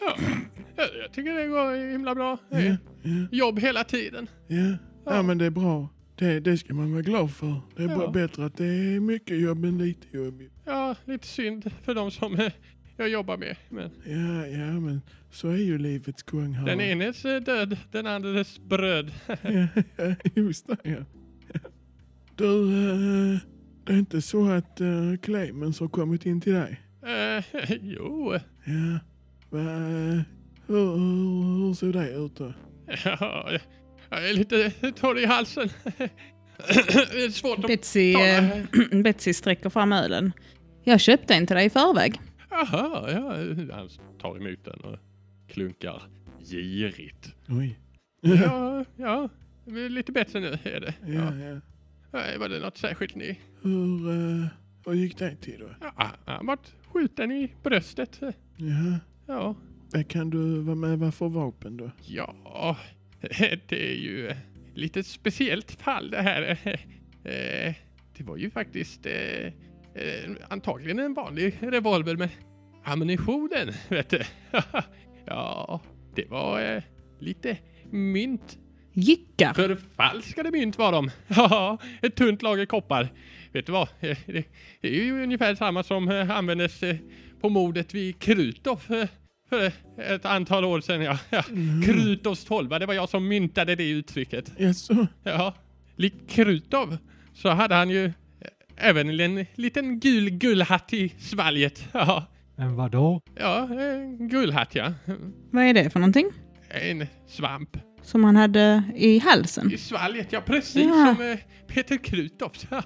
S1: ja. Jag, jag tycker det går himla bra. Det är
S3: Ja. Ja.
S1: Jobb hela tiden.
S3: Ja. ja, men det är bra. Det, det ska man vara glad för. Det är
S1: Ja.
S3: bra, bättre att det är mycket jobb än lite jobb.
S1: Ja, lite synd för de som eh, jag jobbar med. Men
S3: Ja, ja, men så är ju livets gång här.
S1: den enes eh, död, den andres bröd. (laughs)
S3: Ja, ja, just det ja. Du, eh, det är inte så att eh, Clemens har kommit in till dig?
S1: Eh, jo, (laughs)
S3: Ja. Va, eh, hur, hur, hur såg det ut då?
S1: ja, jag är lite torr i halsen. (laughs) Det är svårt att...
S4: Betsy, eh, (clears throat) Betsy sträcker fram ölen. Jag köpte en till dig i förväg.
S1: Jaha, ja. Han tar emot den och klunkar girigt.
S3: Oj. Ja,
S1: Ja, ja. det är Lite bättre nu är det. Ja.
S3: (laughs) ja. ja.
S1: Eh, Var det något särskilt ni?
S3: Hur, eh, hur gick det till då?
S1: Ja, han vart skjuten i bröstet.
S3: Ja.
S1: Ja,
S3: Vad kan du vara med vad för vapen då?
S1: ja. Det är ju eh, lite speciellt fall det här. Eh, Det var ju faktiskt eh, eh, antagligen en vanlig revolver men ammunitionen, vet du. (laughs) Ja, det var eh, lite mynt
S4: Jickar.
S1: Förfalskade mynt var de. (laughs) Ja, ett tunt lager koppar. Vet du vad? Eh, Det det är ju ungefär samma som eh, användes eh, på mordet vid Krutov eh, för ett antal år sedan. Ja. Ja, Krutovs tolva, det var jag som myntade det uttrycket.
S3: Jaså?
S1: Ja, likt Krutov så hade han ju eh, även en liten gul gullhatt i svalget. Ja,
S5: Men vadå?
S1: ja en gullhatt ja.
S4: Vad är det för någonting?
S1: En svamp.
S4: Som han hade i halsen?
S1: I svalget, ja precis
S4: Ja.
S1: som eh, Peter Krutov. (laughs) Ja,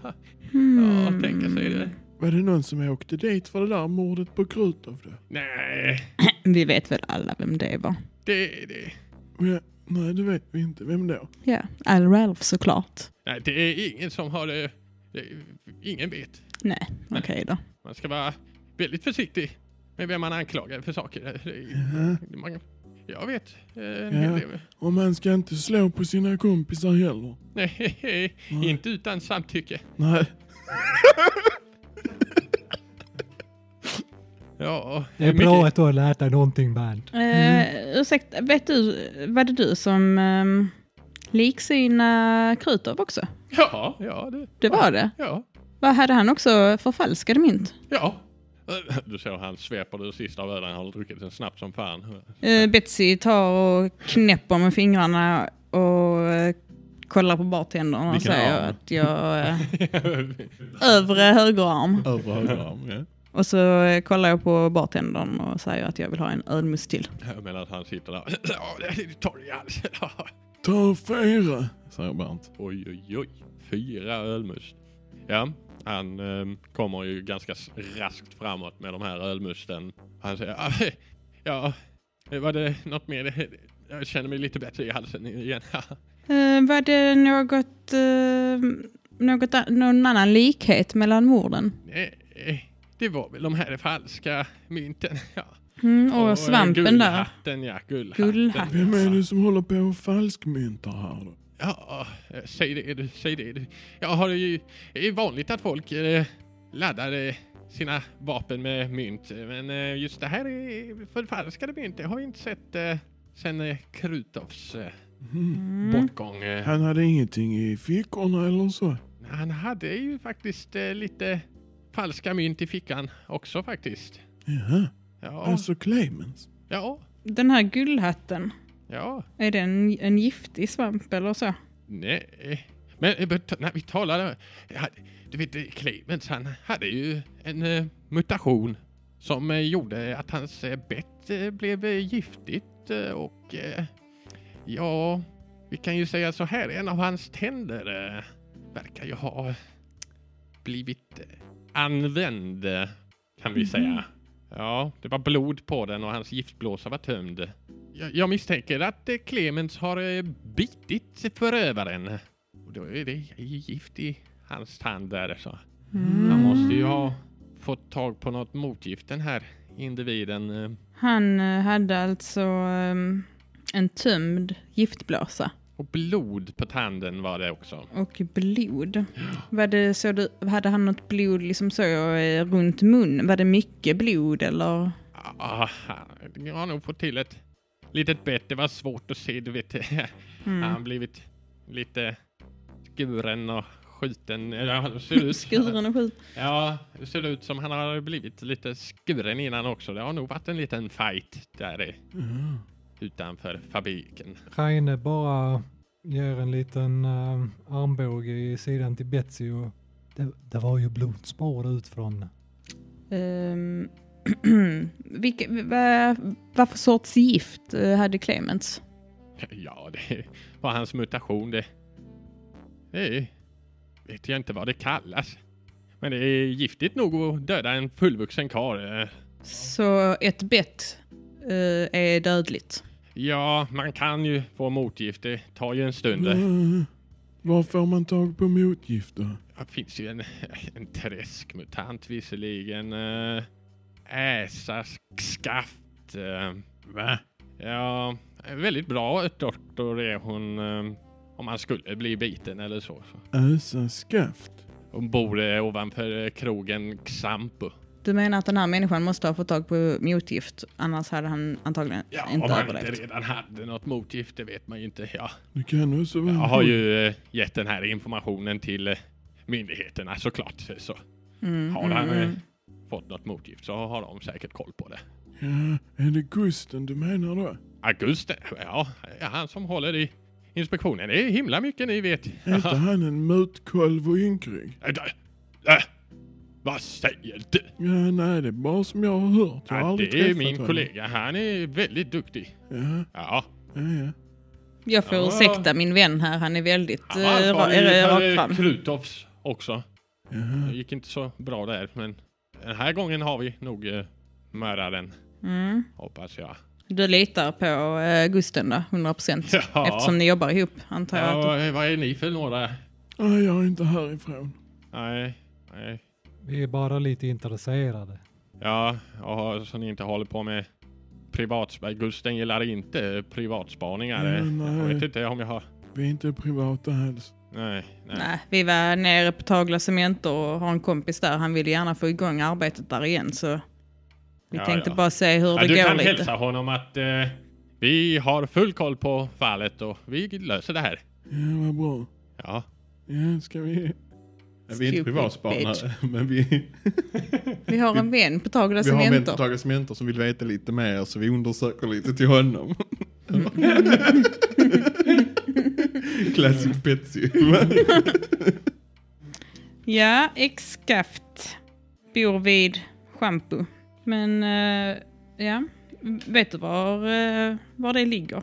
S4: Hmm.
S1: tänka sig det.
S3: Var det någon som åkte dit för det där mordet på Krutov då?
S1: Nej,
S4: Vi vet väl alla vem det var.
S1: det, det,
S3: Ja, nej, det vet vi inte. Vem då?
S4: Ja, Al Ralph såklart.
S1: nej, det är ingen som har det. det ingen vet.
S4: Nej, okej då.
S1: Man ska vara väldigt försiktig med vem man anklagar för saker. Det,
S3: Jaha.
S1: man, jag vet eh, en
S3: Ja.
S1: hel del.
S3: Och man ska inte slå på sina kompisar heller.
S1: Nej, (laughs) inte utan samtycke.
S3: Nej.
S1: Ja,
S5: Det är
S1: mycket-
S5: bra att du har lärt dig någonting Bernt.
S4: Eh, ursäkta, vet du, var det du som um, liksyna Krutov också?
S1: Ja, ja, det,
S4: Det var det.
S1: ja,
S4: Vad hade han också förfalskade mynt?
S1: ja. Du ser han sveper det sista av ölen han har druckit den snabbt som (laughs) fan.
S4: Eh, Betsy tar och knäpper med fingrarna och eh, kollar på bartendern och
S6: Vilken
S4: säger
S6: arm?
S4: att jag... eh, övre högerarm.
S6: Över höger arm, ja.
S4: Och så eh, kollar jag på bartendern och säger att jag vill ha en ölmust till.
S1: Jag menar att han sitter där. Ja, det är torr i halsen.
S3: Ta fyra.
S6: Säger Bernt.
S1: Oj, oj, oj. Fyra ölmust. Ja, han ehm, kommer ju ganska s- raskt framåt med de här ölmusten. Han säger, "Ah, (laughs) ja, var det något mer? (laughs) Jag känner mig lite bättre i halsen igen. (laughs)
S4: Eh, var det något, eh, något, a- någon annan likhet mellan morden?
S1: Nej, eh, det var väl de här falska mynten. (laughs) Ja.
S4: Mm, och,
S1: eh,
S4: svampen där.
S1: Guldhatten, ja. Guldhatten.
S4: Gullhatten.
S3: Vem är det som håller på och falskmyntar här då?
S1: Ja, eh, säg det, du, säg det. du. Jag har ju, det är vanligt att folk eh, laddar eh, sina vapen med mynt, eh, men eh, just det här är förfalskade mynt. Det har jag inte sett eh, sen eh, Krutovs eh, bortgång. Eh,
S3: Han hade ingenting i fickorna eller så.
S1: Han hade ju faktiskt eh, lite falska mynt i fickan också faktiskt.
S3: Jaha,
S1: Ja,
S3: alltså Clemens.
S1: ja,
S4: Den här gullhatten,
S1: ja.
S4: är det en, en giftig svamp eller så?
S1: Nej, men eh, bet- när vi talade... ja, Du vet, eh, Clemens han hade ju en eh, mutation som eh, gjorde att hans eh, bett eh, blev eh, giftigt eh, och eh, ja, vi kan ju säga så här, en av hans tänder eh, verkar ju ha blivit eh, använd eh, kan vi säga. Ja, det var blod på den och hans giftblåsa var tömd. Jag, jag misstänker att eh, Clemens har eh, bitit förövaren. Och då är det gift i hans tand där. Så. Han måste ju ha fått tag på något motgift den här individen. eh.
S4: Han eh, hade alltså ehm, en tömd giftblåsa
S1: Och blod på tanden var det också.
S4: och blod. Var det så du, hade han något blod liksom så eh, runt munnen? Var det mycket blod eller?
S1: Ah, han- jag har nog fått till ett litet bett. Det var svårt att se, du vet. (laughs) Han har blivit lite skuren och skjuten. Eller han
S4: (laughs)
S1: ser ut.
S4: Skuren och skit.
S1: Ja, det ser ut som han har blivit lite skuren innan också. Det har nog varit en liten fight där i, utanför fabriken. (laughs)
S5: Reine bara gör en liten eh, armbåge i sidan till Betsy och det, det var ju blodspår ut från.
S4: Ehm, (clears throat) vilka, va, vad för sorts gift eh, hade Clemens?
S1: Ja, det var hans mutation. Det, det är- vet jag inte vad det kallas. Men det är giftigt nog att döda en fullvuxen karl. Eh,
S4: Så ett bett eh, är dödligt.
S1: Ja, man kan ju få motgift. Det tar ju en stund.
S3: Mm.
S1: Det
S3: Ja, var får man tag på motgift då?
S1: finns ju en, (laughs) en träskmutant visserligen. Eh, Äsaskaft. Eh,
S6: Va?
S1: Ja, väldigt bra doktor är hon. eh, Om man skulle bli biten eller så. så.
S3: Ösa skaft.
S1: Hon bor eh, ovanför eh, krogen Xampu.
S4: Du menar att den här människan måste ha fått tag på motgift, annars hade han antagligen
S1: Ja,
S4: inte
S1: om han
S4: överlevt.
S1: inte redan hade något motgift, det vet man ju inte. Ja,
S3: Det kan också vara...
S1: jag har ju eh, gett den här informationen till eh, myndigheterna såklart. Så har han eh, fått något motgift så har de säkert koll på det.
S3: Ja, är det kusten du menar då?
S1: Auguste, ja, är han som håller i inspektionen. Det är himla mycket ni vet.
S3: Är inte han en mutkolv och ynkrygg?
S1: Äh, äh, äh, Vad säger du?
S3: Ja, nej, det är bara som jag har hört. Jag har
S1: Ja,
S3: aldrig
S1: det är
S3: träffat
S1: min
S3: honom.
S1: kollega. Han är väldigt duktig.
S3: Ja,
S1: Ja,
S3: ja, ja.
S4: Jag får
S1: Ja.
S4: ursäkta min vän här, han är väldigt
S1: han var
S4: eh, ra-
S1: ansvarig
S4: eh,
S1: för
S4: rakt
S1: eh,
S4: fram.
S1: Krutofs också.
S3: Jaha.
S1: Det gick inte så bra där, men den här gången har vi nog eh, mördaren,
S4: Mm.
S1: hoppas jag. (laughs)
S4: Du litar på eh, Gusten då, 100 procent?
S1: Ja.
S4: Eftersom ni jobbar ihop, antar jag.
S1: Ja,
S4: att
S1: vad- vad är ni för några?
S3: Nej, jag är inte härifrån.
S1: Nej, nej.
S5: Vi är bara lite intresserade.
S1: Ja, och så ni inte håller på med privatspaning. Gusten gillar inte privatspaningar.
S3: Ja,
S1: jag
S3: nej.
S1: vet inte om jag har...
S3: Vi är inte privata alls.
S1: Nej, nej.
S4: Nej, vi var nere på Tagla Cement och har en kompis där. Han ville gärna få igång arbetet där igen så vi
S1: Ja,
S4: tänkte
S1: ja.
S4: bara se hur
S1: Ja,
S4: det
S1: du
S4: går
S1: kan
S4: lite.
S1: hälsa honom att eh, vi har full koll på fallet och vi löser det här.
S3: Ja, vad bra.
S1: Ja.
S3: Ja, ska vi...
S6: Vi är inte
S4: Stupid
S6: privatspanare, (laughs) men vi,
S4: Vi har en vän på Tagla
S1: Alltså,
S6: vi har
S4: Cement. då.
S6: mentortagare som mentor som vill veta lite mer så vi undersöker lite till
S3: (laughs)
S6: honom. Classic Betsy.
S4: Ja, X-Skaft bor vid Schampo. Men eh, ja, vet du var, eh, var det ligger?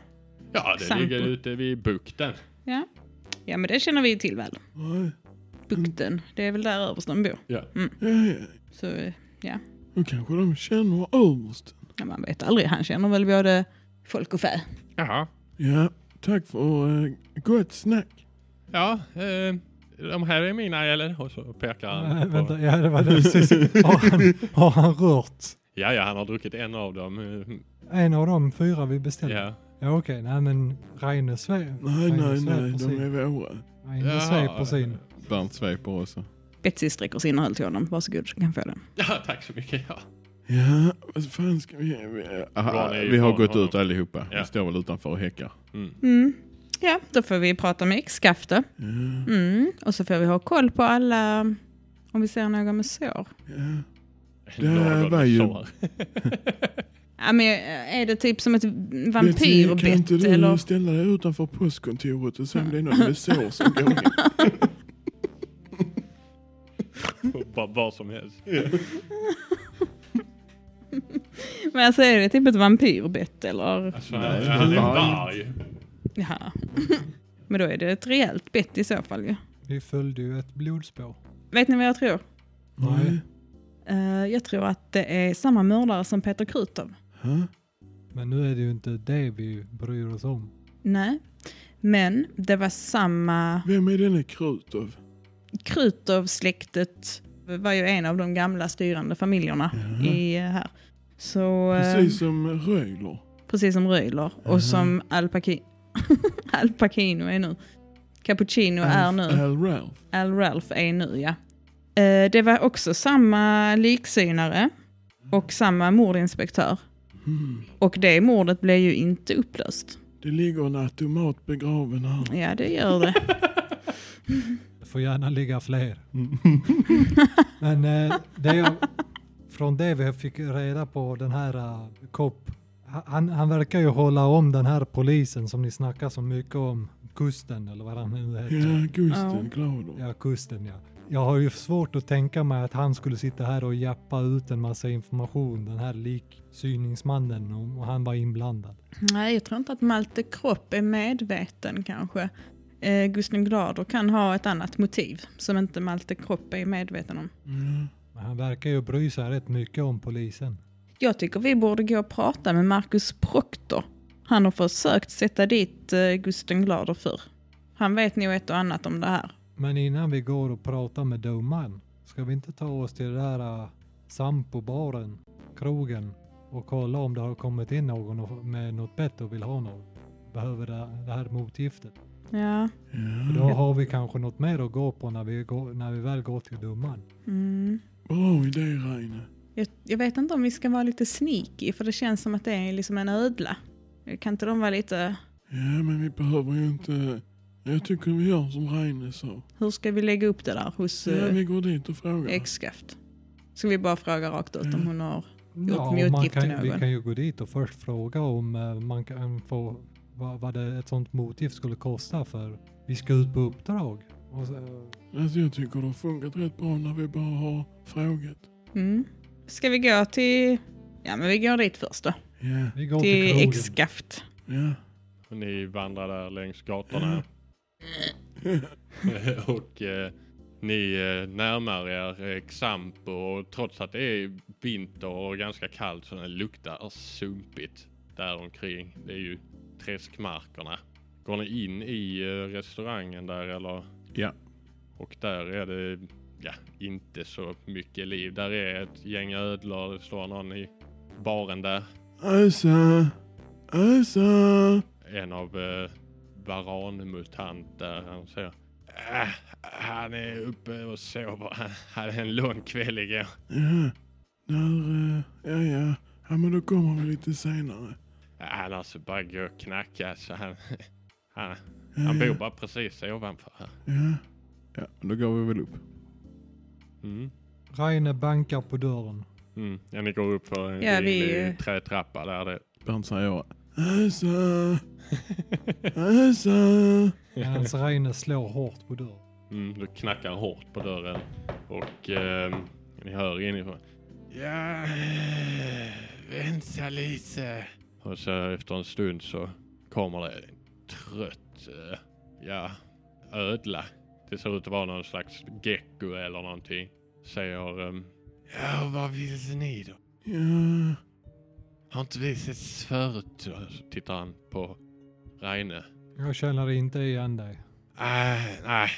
S1: Ja, det
S4: Sampo.
S1: ligger ute vid bukten.
S4: Ja. ja, men det känner vi ju till väl.
S3: Nej.
S1: Mm.
S4: Bukten, det är väl där överst de bor.
S3: Ja, ja.
S4: Så eh, ja,
S3: Då kanske de känner översten.
S4: Ja, man vet aldrig. Han känner väl både folk och fä.
S1: Jaha.
S3: Ja, tack för eh, gott snack.
S1: Ja, eh, de här är mina eller? Och så pekar
S5: Nej,
S1: han. på...
S5: Eh, vänta, ja, det var det precis. (laughs) Har han, har han rört?
S1: Ja, ja, han har druckit en av dem. eh,
S5: En av de fyra vi beställde.
S1: Ja.
S5: Ja, okej, nej men Reine svep.
S3: Nej, nej, nej,
S5: sveper
S3: de
S5: sin.
S3: är våra.
S5: Reine sveper sin.
S6: Bernt sveper också.
S4: Betsy sträcker sin öl till honom. Varsågod så kan han få den.
S1: Ja, tack så mycket. Ja.
S3: Ja, vad fan ska vi... vi
S6: Aha,
S1: Ron är ju
S6: vi har
S1: kvar med
S6: gått ut
S1: honom.
S6: allihopa.
S1: Ja.
S6: Vi står väl utanför och häckar.
S4: Mm. Ja, då får vi prata med X-Skaft då.
S3: ja,
S4: Mm. Och så får vi ha koll på alla, om vi ser några med sår.
S3: ja.
S1: Det
S3: här var ju-
S4: Ja, men är det typ som ett
S3: Betsy, Kan
S4: vampyrbett
S3: inte du
S4: eller?
S3: ställa dig utanför postkontoret och se om det är någon med sår som går
S4: (laughs)
S3: in?
S1: Bara (laughs) vad som helst.
S4: Men alltså är det typ ett vampyrbett eller?
S1: Alltså, han han är en varg.
S4: Ja. (laughs) Men då är det ett rejält bett i så fall ju.
S5: Vi följde ju ett blodspår.
S4: Vet ni vad jag tror?
S5: Nej.
S4: Eh, jag tror att det är samma mördare som Peter Krutov.
S3: Ha?
S5: Men nu är det ju inte det vi bryr oss om.
S4: Nej. Men det var samma...
S3: Vem är denne Krutov?
S4: Krutov-släktet var ju en av de gamla styrande familjerna i, eh, här. Så, eh,
S3: Precis som Röjler.
S4: precis som Röjler
S3: Jaha.
S4: och som Al, Paki- (laughs) Al Pacino är nu. Cappuccino är nu.
S3: Al eh. Ralph.
S4: Al Ralph är nu, ja. Eh, Det var också samma liksynare och samma mordinspektör.
S3: Mm.
S4: Och det mordet blev ju inte upplöst.
S3: Det ligger en automat begraven här.
S4: Ja, det gör det.
S5: Det får gärna ligga fler. (laughs) Men eh, det jag, från det vi fick reda på den här uh, Kopp, ha- han, han verkar ju hålla om den här polisen som ni snackar så mycket om, kusten eller vad han nu heter.
S3: Ja, Gusten
S4: Ja.
S3: Glader.
S5: Ja, kusten ja. Jag har ju svårt att tänka mig att han skulle sitta här och jappa ut en massa information, den här liksyningsmannen, om och han var inblandad.
S4: Nej, jag tror inte att Malte Kropp är medveten kanske. Eh, Gusten Glader kan ha ett annat motiv som inte Malte Kropp är medveten om.
S3: Ja.
S5: Men han verkar ju bry sig rätt mycket om polisen.
S4: Jag tycker vi borde gå och prata med Marcus Proctor. Han har försökt sätta dit eh, Gusten Glader förr. Han vet nog ett och annat om det här.
S5: Men innan vi går och pratar med domaren, ska vi inte ta oss till den där uh, sampobaren, krogen och kolla om det har kommit in någon och- med något bett och vill ha något? Behöver det, det här motgiftet?
S4: Ja.
S5: För
S3: ja.
S5: då har vi kanske något mer att gå på när vi, går, när vi väl går till domaren.
S4: Mm.
S3: Bra idé Reine.
S4: Jag, jag vet inte om vi ska vara lite sneaky för det känns som att det är liksom en ödla. Kan inte de vara lite...
S3: Ja, men vi behöver ju inte... Jag tycker vi gör som Reine sa.
S4: Hur ska vi lägga upp det där hos
S3: Ja,
S4: eh,
S3: vi går dit och frågar.
S4: X-Skaft? Ska vi bara fråga rakt ut om hon har...
S5: Ja,
S4: motgift
S5: och man
S4: till
S5: kan, vi
S4: någon.
S5: kan ju gå dit och först fråga om eh, man kan få vad, vad det, ett sånt motgift skulle kosta för vi ska ut på uppdrag. Och så, äh,
S3: Alltså jag tycker det har funkat rätt bra när vi bara har frågat.
S4: Mm. Ska vi gå till... Ja men vi går dit först då.
S3: Ja,
S5: vi går till
S4: Till
S5: krogen.
S4: X-Skaft.
S3: ja.
S1: Och Ni vandrar där längs gatorna. och eh, ni eh, närmar er eh, Xampo och trots att det är vinter och ganska kallt så det luktar sumpigt där omkring. Det är ju träskmarkerna. Går ni in i eh, restaurangen där eller?
S6: Ja.
S1: Och där är det ja, inte så mycket liv. Där är ett gäng ödlor. Det står någon i baren där.
S3: Ösa! alltså, Ösa!
S1: en av eh, varanmutanter. Han säger äh, han är uppe och sover. Han hade en lång kväll igår.
S3: Ja, där... eh, Ja, ja. Ja, men då kommer vi lite senare.
S1: Annars bara gå och knacka så han, han,
S3: Ja,
S1: han bor
S4: Eh.
S3: ja,
S1: bara precis ovanför. här.
S3: ja.
S6: Ja, då går vi väl upp.
S1: Mm.
S5: Reine bankar på dörren.
S1: Mm. Ja, ni går upp för en
S4: Ja, vi-
S1: ringlig trätrappa där det...
S6: Bernt säger (laughs)
S3: Ösa! Alltså. Ösa!
S5: Medan Reine slår hårt på dörren.
S1: Mm, du knackar hårt på dörren och ehm, ni hör inifrån. Ja, vänta lite. Och så efter en stund så kommer det en trött, eh, ja, ödla. Det ser ut att vara någon slags gecko eller någonting. Säger... ehm, ja, vad vill ni då?
S3: Ja,
S1: Har inte vi setts förut? Och så tittar han på Reine.
S5: Jag känner inte igen dig.
S1: Äh, nej,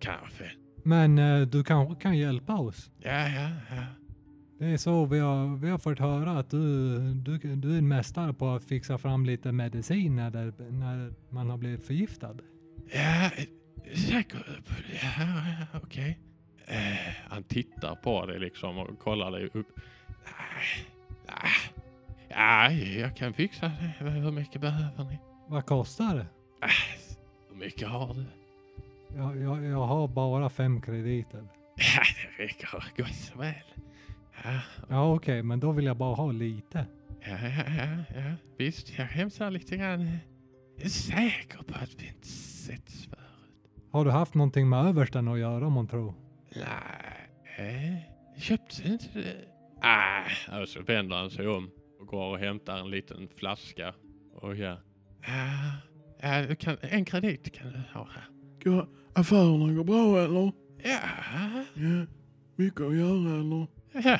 S1: kanske.
S5: Men eh, du kanske kan hjälpa oss?
S1: Ja, ja, ja.
S5: Det är så vi har, vi har fått höra att du, du, du är en mästare på att fixa fram lite medicin när, det, när man har blivit förgiftad.
S1: Ja, säkert. Ja, okej. Eh, han tittar på det liksom och kollar det upp. Nej, nej. Ja, jag kan fixa det. Hur mycket behöver ni? Ah,
S5: Vad kostar det?
S1: Hur mycket har du?
S5: Jag, jag, jag har bara fem krediter.
S1: Ja, det räcker gott så väl. Ja,
S5: Ja okej, men då vill jag bara ha lite.
S1: ja, ja, ja, ja. visst. Jag hämtar lite grann. Jag är säker på att vi inte setts för.
S5: Har du haft någonting med översten att göra man tror?
S1: Nej, jag köpte inte det. Ah, och så vänder han sig om och går och hämtar en liten flaska och ja. Ah, ja, du kan, en kredit kan du ha. här.
S3: Går, affärerna går bra eller?
S1: Ja,
S3: Ja. Mycket att göra eller?
S1: ja.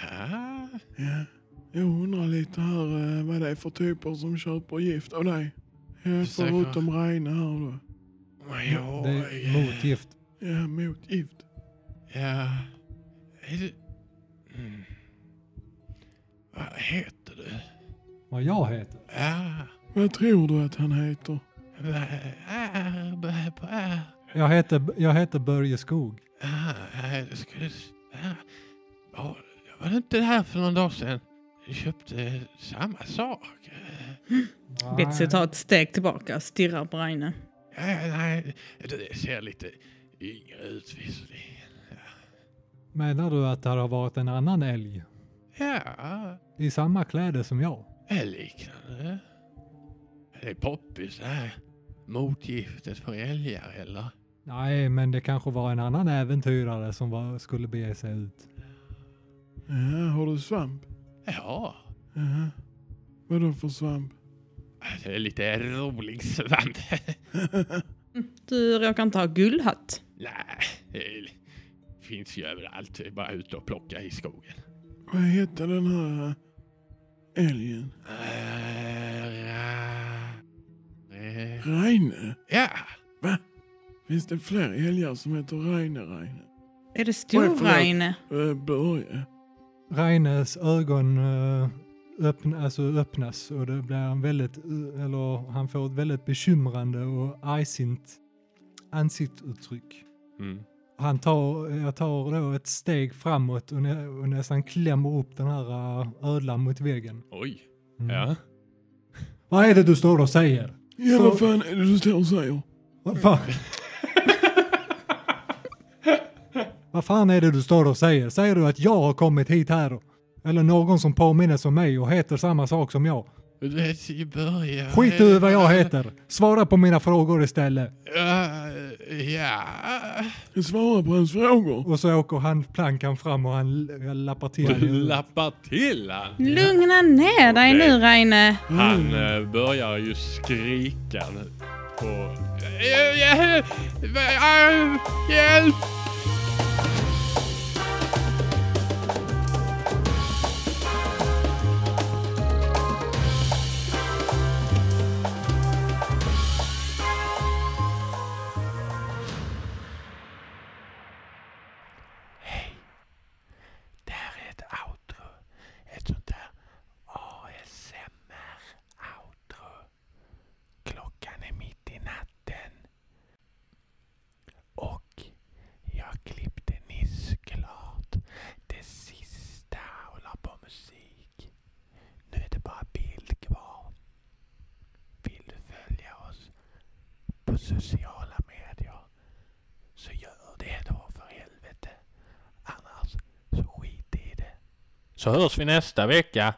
S3: Ja. Jag undrar lite här eh, vad det är för typer som köper gift av dig. Ja,
S1: Ursäkta?
S3: förutom Reine här då.
S1: Men jag...
S5: Det är motgift.
S3: Ja, mot gift.
S1: Ja. Är du... Mm. Vad heter du?
S5: Vad jag heter?
S1: Ja.
S3: Vad tror du att han heter?
S1: Är... Är...
S5: Jag heter, jag heter Börje Skog.
S1: Ah, nej, det skulle... Ah, var, var det inte där för någon dag sedan? Du köpte samma sak?
S4: Betsy tar ett steg tillbaka och stirrar på Reine.
S1: Ja, ja, nej, det ser lite yngre ut visserligen.
S5: Menar du att det har varit en annan älg?
S1: Ja,
S5: I samma kläder som jag?
S1: det är liknande. Det är poppis det här. Motgiftet för älgar eller?
S5: Nej, men det kanske var en annan äventyrare som var, skulle bege sig ut.
S3: Ja, har du svamp?
S1: Ja,
S3: Ja. Vadå för svamp?
S1: alltså, det är lite rolig svamp.
S4: Du råkar inte ha gullhatt.
S1: (laughs) nej, det finns ju överallt. Det är bara ute och plocka i skogen.
S3: Vad hette den här eh, älgen?
S1: Eh,
S3: Reine?
S1: Ja,
S3: Va? Finns det fler älgar som heter Reine Reine?
S4: Är det
S3: Oj, förlåt.
S4: stor-Reine?
S3: Eh, Börje?
S5: Reines ögon eh, öppna, alltså öppnas och det blir han väldigt, eh, eller han får ett väldigt bekymrande och argsint ansiktsuttryck.
S1: Mm.
S5: Han tar, jag tar då ett steg framåt och, nä, och nästan klämmer upp den här eh, ödlan mot väggen.
S1: Oj.
S5: Mm.
S1: Ja.
S5: Vad är det du står och säger?
S3: Ja, vad fan är det du står och säger?
S5: Vad fan? Vad fan är det du står och säger? Säger du att jag har kommit hit här? och- Eller någon som påminner som mig och heter samma sak som jag?
S1: Du vet, i början...
S5: Skit i vad jag heter! Svara på mina frågor istället!
S1: Ja, ja.
S3: Jag svarar på hans frågor.
S5: Och så åker han plankan fram och han l- lappar till.
S1: Du lappar till han.
S4: Lugna ner dig
S1: Okej.
S4: nu, Reine.
S1: Han eh, börjar ju skrika nu på... Eh, eh, eh, Hjälp! Så hörs vi nästa vecka.